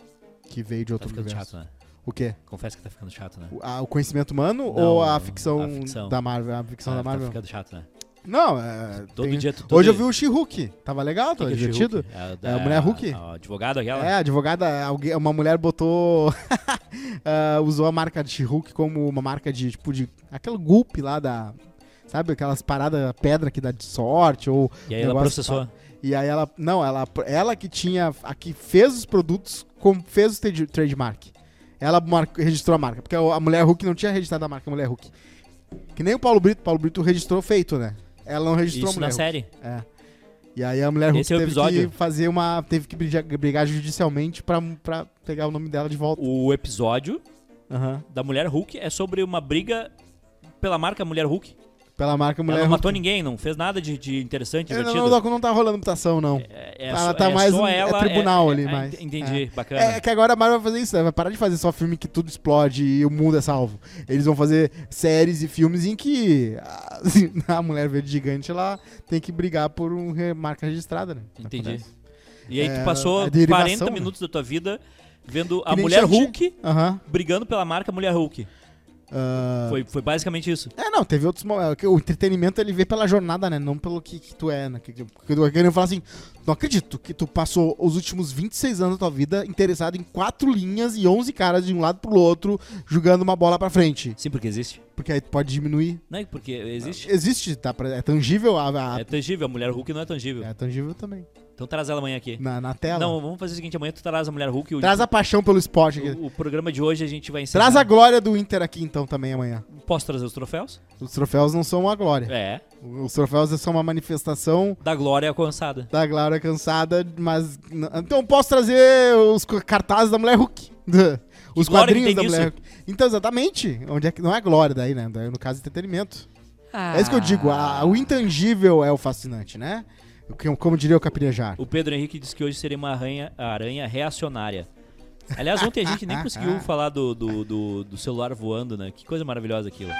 S2: Que veio de
S1: Tá
S2: outro
S1: ficando
S2: universo.
S1: chato, né?
S2: O quê?
S1: Confesso que tá ficando chato, né?
S2: O- tipo, a- o conhecimento humano
S1: Não,
S2: ou a
S1: a
S2: ficção,
S1: ficção.
S2: da Marvel? A ficção
S1: Ah,
S2: da Marvel?
S1: Tá ficando chato, né?
S2: Não, é.
S1: Todo
S2: tem-
S1: dia, todo
S2: Hoje eu vi
S1: dia.
S2: o She-Hulk. Tava legal,
S1: Quem
S2: tava
S1: que é o
S2: divertido.
S1: She-Hulk? É,
S2: É a mulher Hulk?
S1: A, a advogada
S2: É,
S1: aquela?
S2: a advogada, alguém, uma mulher botou. [laughs] ah, usou a marca de She-Hulk como uma marca de, tipo, de. Aquele golpe lá da. Sabe, aquelas paradas pedra que dá de sorte, ou.
S1: E aí ela
S2: negócio-
S1: processou.
S2: E aí ela. Não, ela, ela que tinha. A que fez os produtos, com, fez o trade- trademark. Ela mar- registrou a marca. Porque a mulher Hulk não tinha registrado a marca Mulher Hulk. Que nem o Paulo Brito. Paulo Brito registrou feito, né? Ela não registrou
S1: Isso
S2: a
S1: na
S2: mulher. Hulk.
S1: série.
S2: É. E aí a mulher Hulk
S1: Esse é o
S2: teve
S1: episódio.
S2: que fazer uma. Teve que brigar, brigar judicialmente pra, pra pegar o nome dela de volta.
S1: O episódio
S2: Aham.
S1: da mulher Hulk é sobre uma briga pela marca Mulher Hulk.
S2: Pela marca Mulher
S1: ela não
S2: Hulk.
S1: matou ninguém, não fez nada de, de interessante,
S2: É,
S1: divertido.
S2: não, não, não tá rolando mutação, não.
S1: É,
S2: Ela tá mais um- é tribunal ali,
S1: é,
S2: mas-
S1: Entendi, bacana.
S2: É que agora a Marvel vai fazer isso, né? Vai parar de fazer só filme que tudo explode e o mundo é salvo. Eles vão fazer séries e filmes em que a, a [laughs] Mulher Verde Gigante ela tem que brigar por uma marca registrada, né?
S1: entendi.
S2: Acontece.
S1: E aí
S2: É,
S1: tu passou
S2: a derivação,
S1: 40
S2: né?
S1: minutos da tua vida vendo a
S2: Que nem
S1: mulher
S2: Shang-Chi.
S1: Hulk
S2: Aham.
S1: brigando pela marca Mulher Hulk.
S2: Ah,
S1: Foi, foi basicamente isso.
S2: É, não, teve outros momentos. O entretenimento ele vê pela jornada, né? Não pelo que, que tu é, né? Que, que, que eu queria falar assim, não acredito que tu passou os últimos 26 anos da tua vida interessado em quatro linhas e 11 caras de um lado pro outro jogando uma bola pra frente.
S1: Sim, porque existe.
S2: Porque aí tu pode diminuir.
S1: Não é porque existe.
S2: Existe, tá? pra- É tangível a. a-
S1: É tangível, a mulher Hulk não é tangível.
S2: é tangível também.
S1: Então traz ela amanhã aqui.
S2: Na, na tela.
S1: Não, vamos fazer o seguinte, amanhã tu traz a mulher Hulk. e O,
S2: Traz a paixão pelo esporte aqui.
S1: o, o programa de hoje a gente vai encerrar.
S2: Traz a glória do Inter aqui então também amanhã.
S1: Posso trazer os troféus?
S2: Os troféus não são uma glória.
S1: É.
S2: Os troféus são uma manifestação
S1: Da glória alcançada.
S2: da Glória cansada, mas. n- Então posso trazer os co- cartazes da Mulher Hulk. [laughs] Os
S1: Que glória
S2: quadrinhos
S1: que
S2: da
S1: tem
S2: Mulher
S1: isso?
S2: Hulk. Então, exatamente. Onde é que. Não é glória daí, né? Daí, No caso, entretenimento. É isso que eu digo. a-
S1: Ah.
S2: o intangível é o fascinante, né? O que- Como diria o Capinejar.
S1: O Pedro Henrique disse que hoje seria uma aranha, aranha reacionária. Aliás, ontem a gente nem conseguiu falar do, do, do- do celular voando, né? Que coisa maravilhosa aquilo.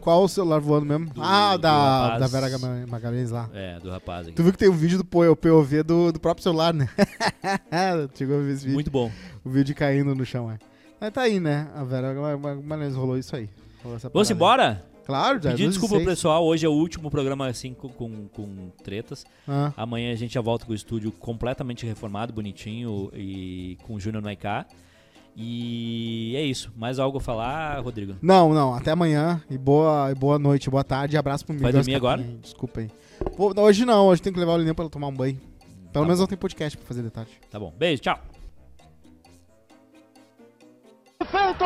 S2: Qual o celular voando mesmo?
S1: Do-
S2: ah,
S1: do
S2: da,
S1: rapaz.
S2: da Vera Gama- Magalhães lá.
S1: É, do rapaz aqui.
S2: Tu viu que tem um vídeo do P- POV do, do próprio celular, né? [laughs] Chegou a ver esse vídeo.
S1: Muito bom.
S2: O vídeo caindo no chão, é. Mas tá aí, né? A Vera Gama- Magalhães rolou isso aí. Rolou essa
S1: Vamos
S2: parada aí.
S1: embora?
S2: Claro, já.
S1: Pedir
S2: 12 e
S1: desculpa pro
S2: seis.
S1: pessoal, hoje é o último programa assim com, com, com tretas.
S2: Ah,
S1: Amanhã a gente já volta com o estúdio completamente reformado, bonitinho e com o Júnior no IK. E é isso. Mais algo a falar, Rodrigo?
S2: Não, não, até amanhã e boa, e boa noite, boa tarde e abraço pro Miguel.
S1: dormir
S2: Escapinha,
S1: agora?
S2: Desculpa aí. Pô, não, hoje não, hoje tem que levar o Lineu pra ela tomar um banho. Pelo menos não tem podcast pra fazer de tarde.
S1: Tá bom. Beijo, tchau.
S2: Feito!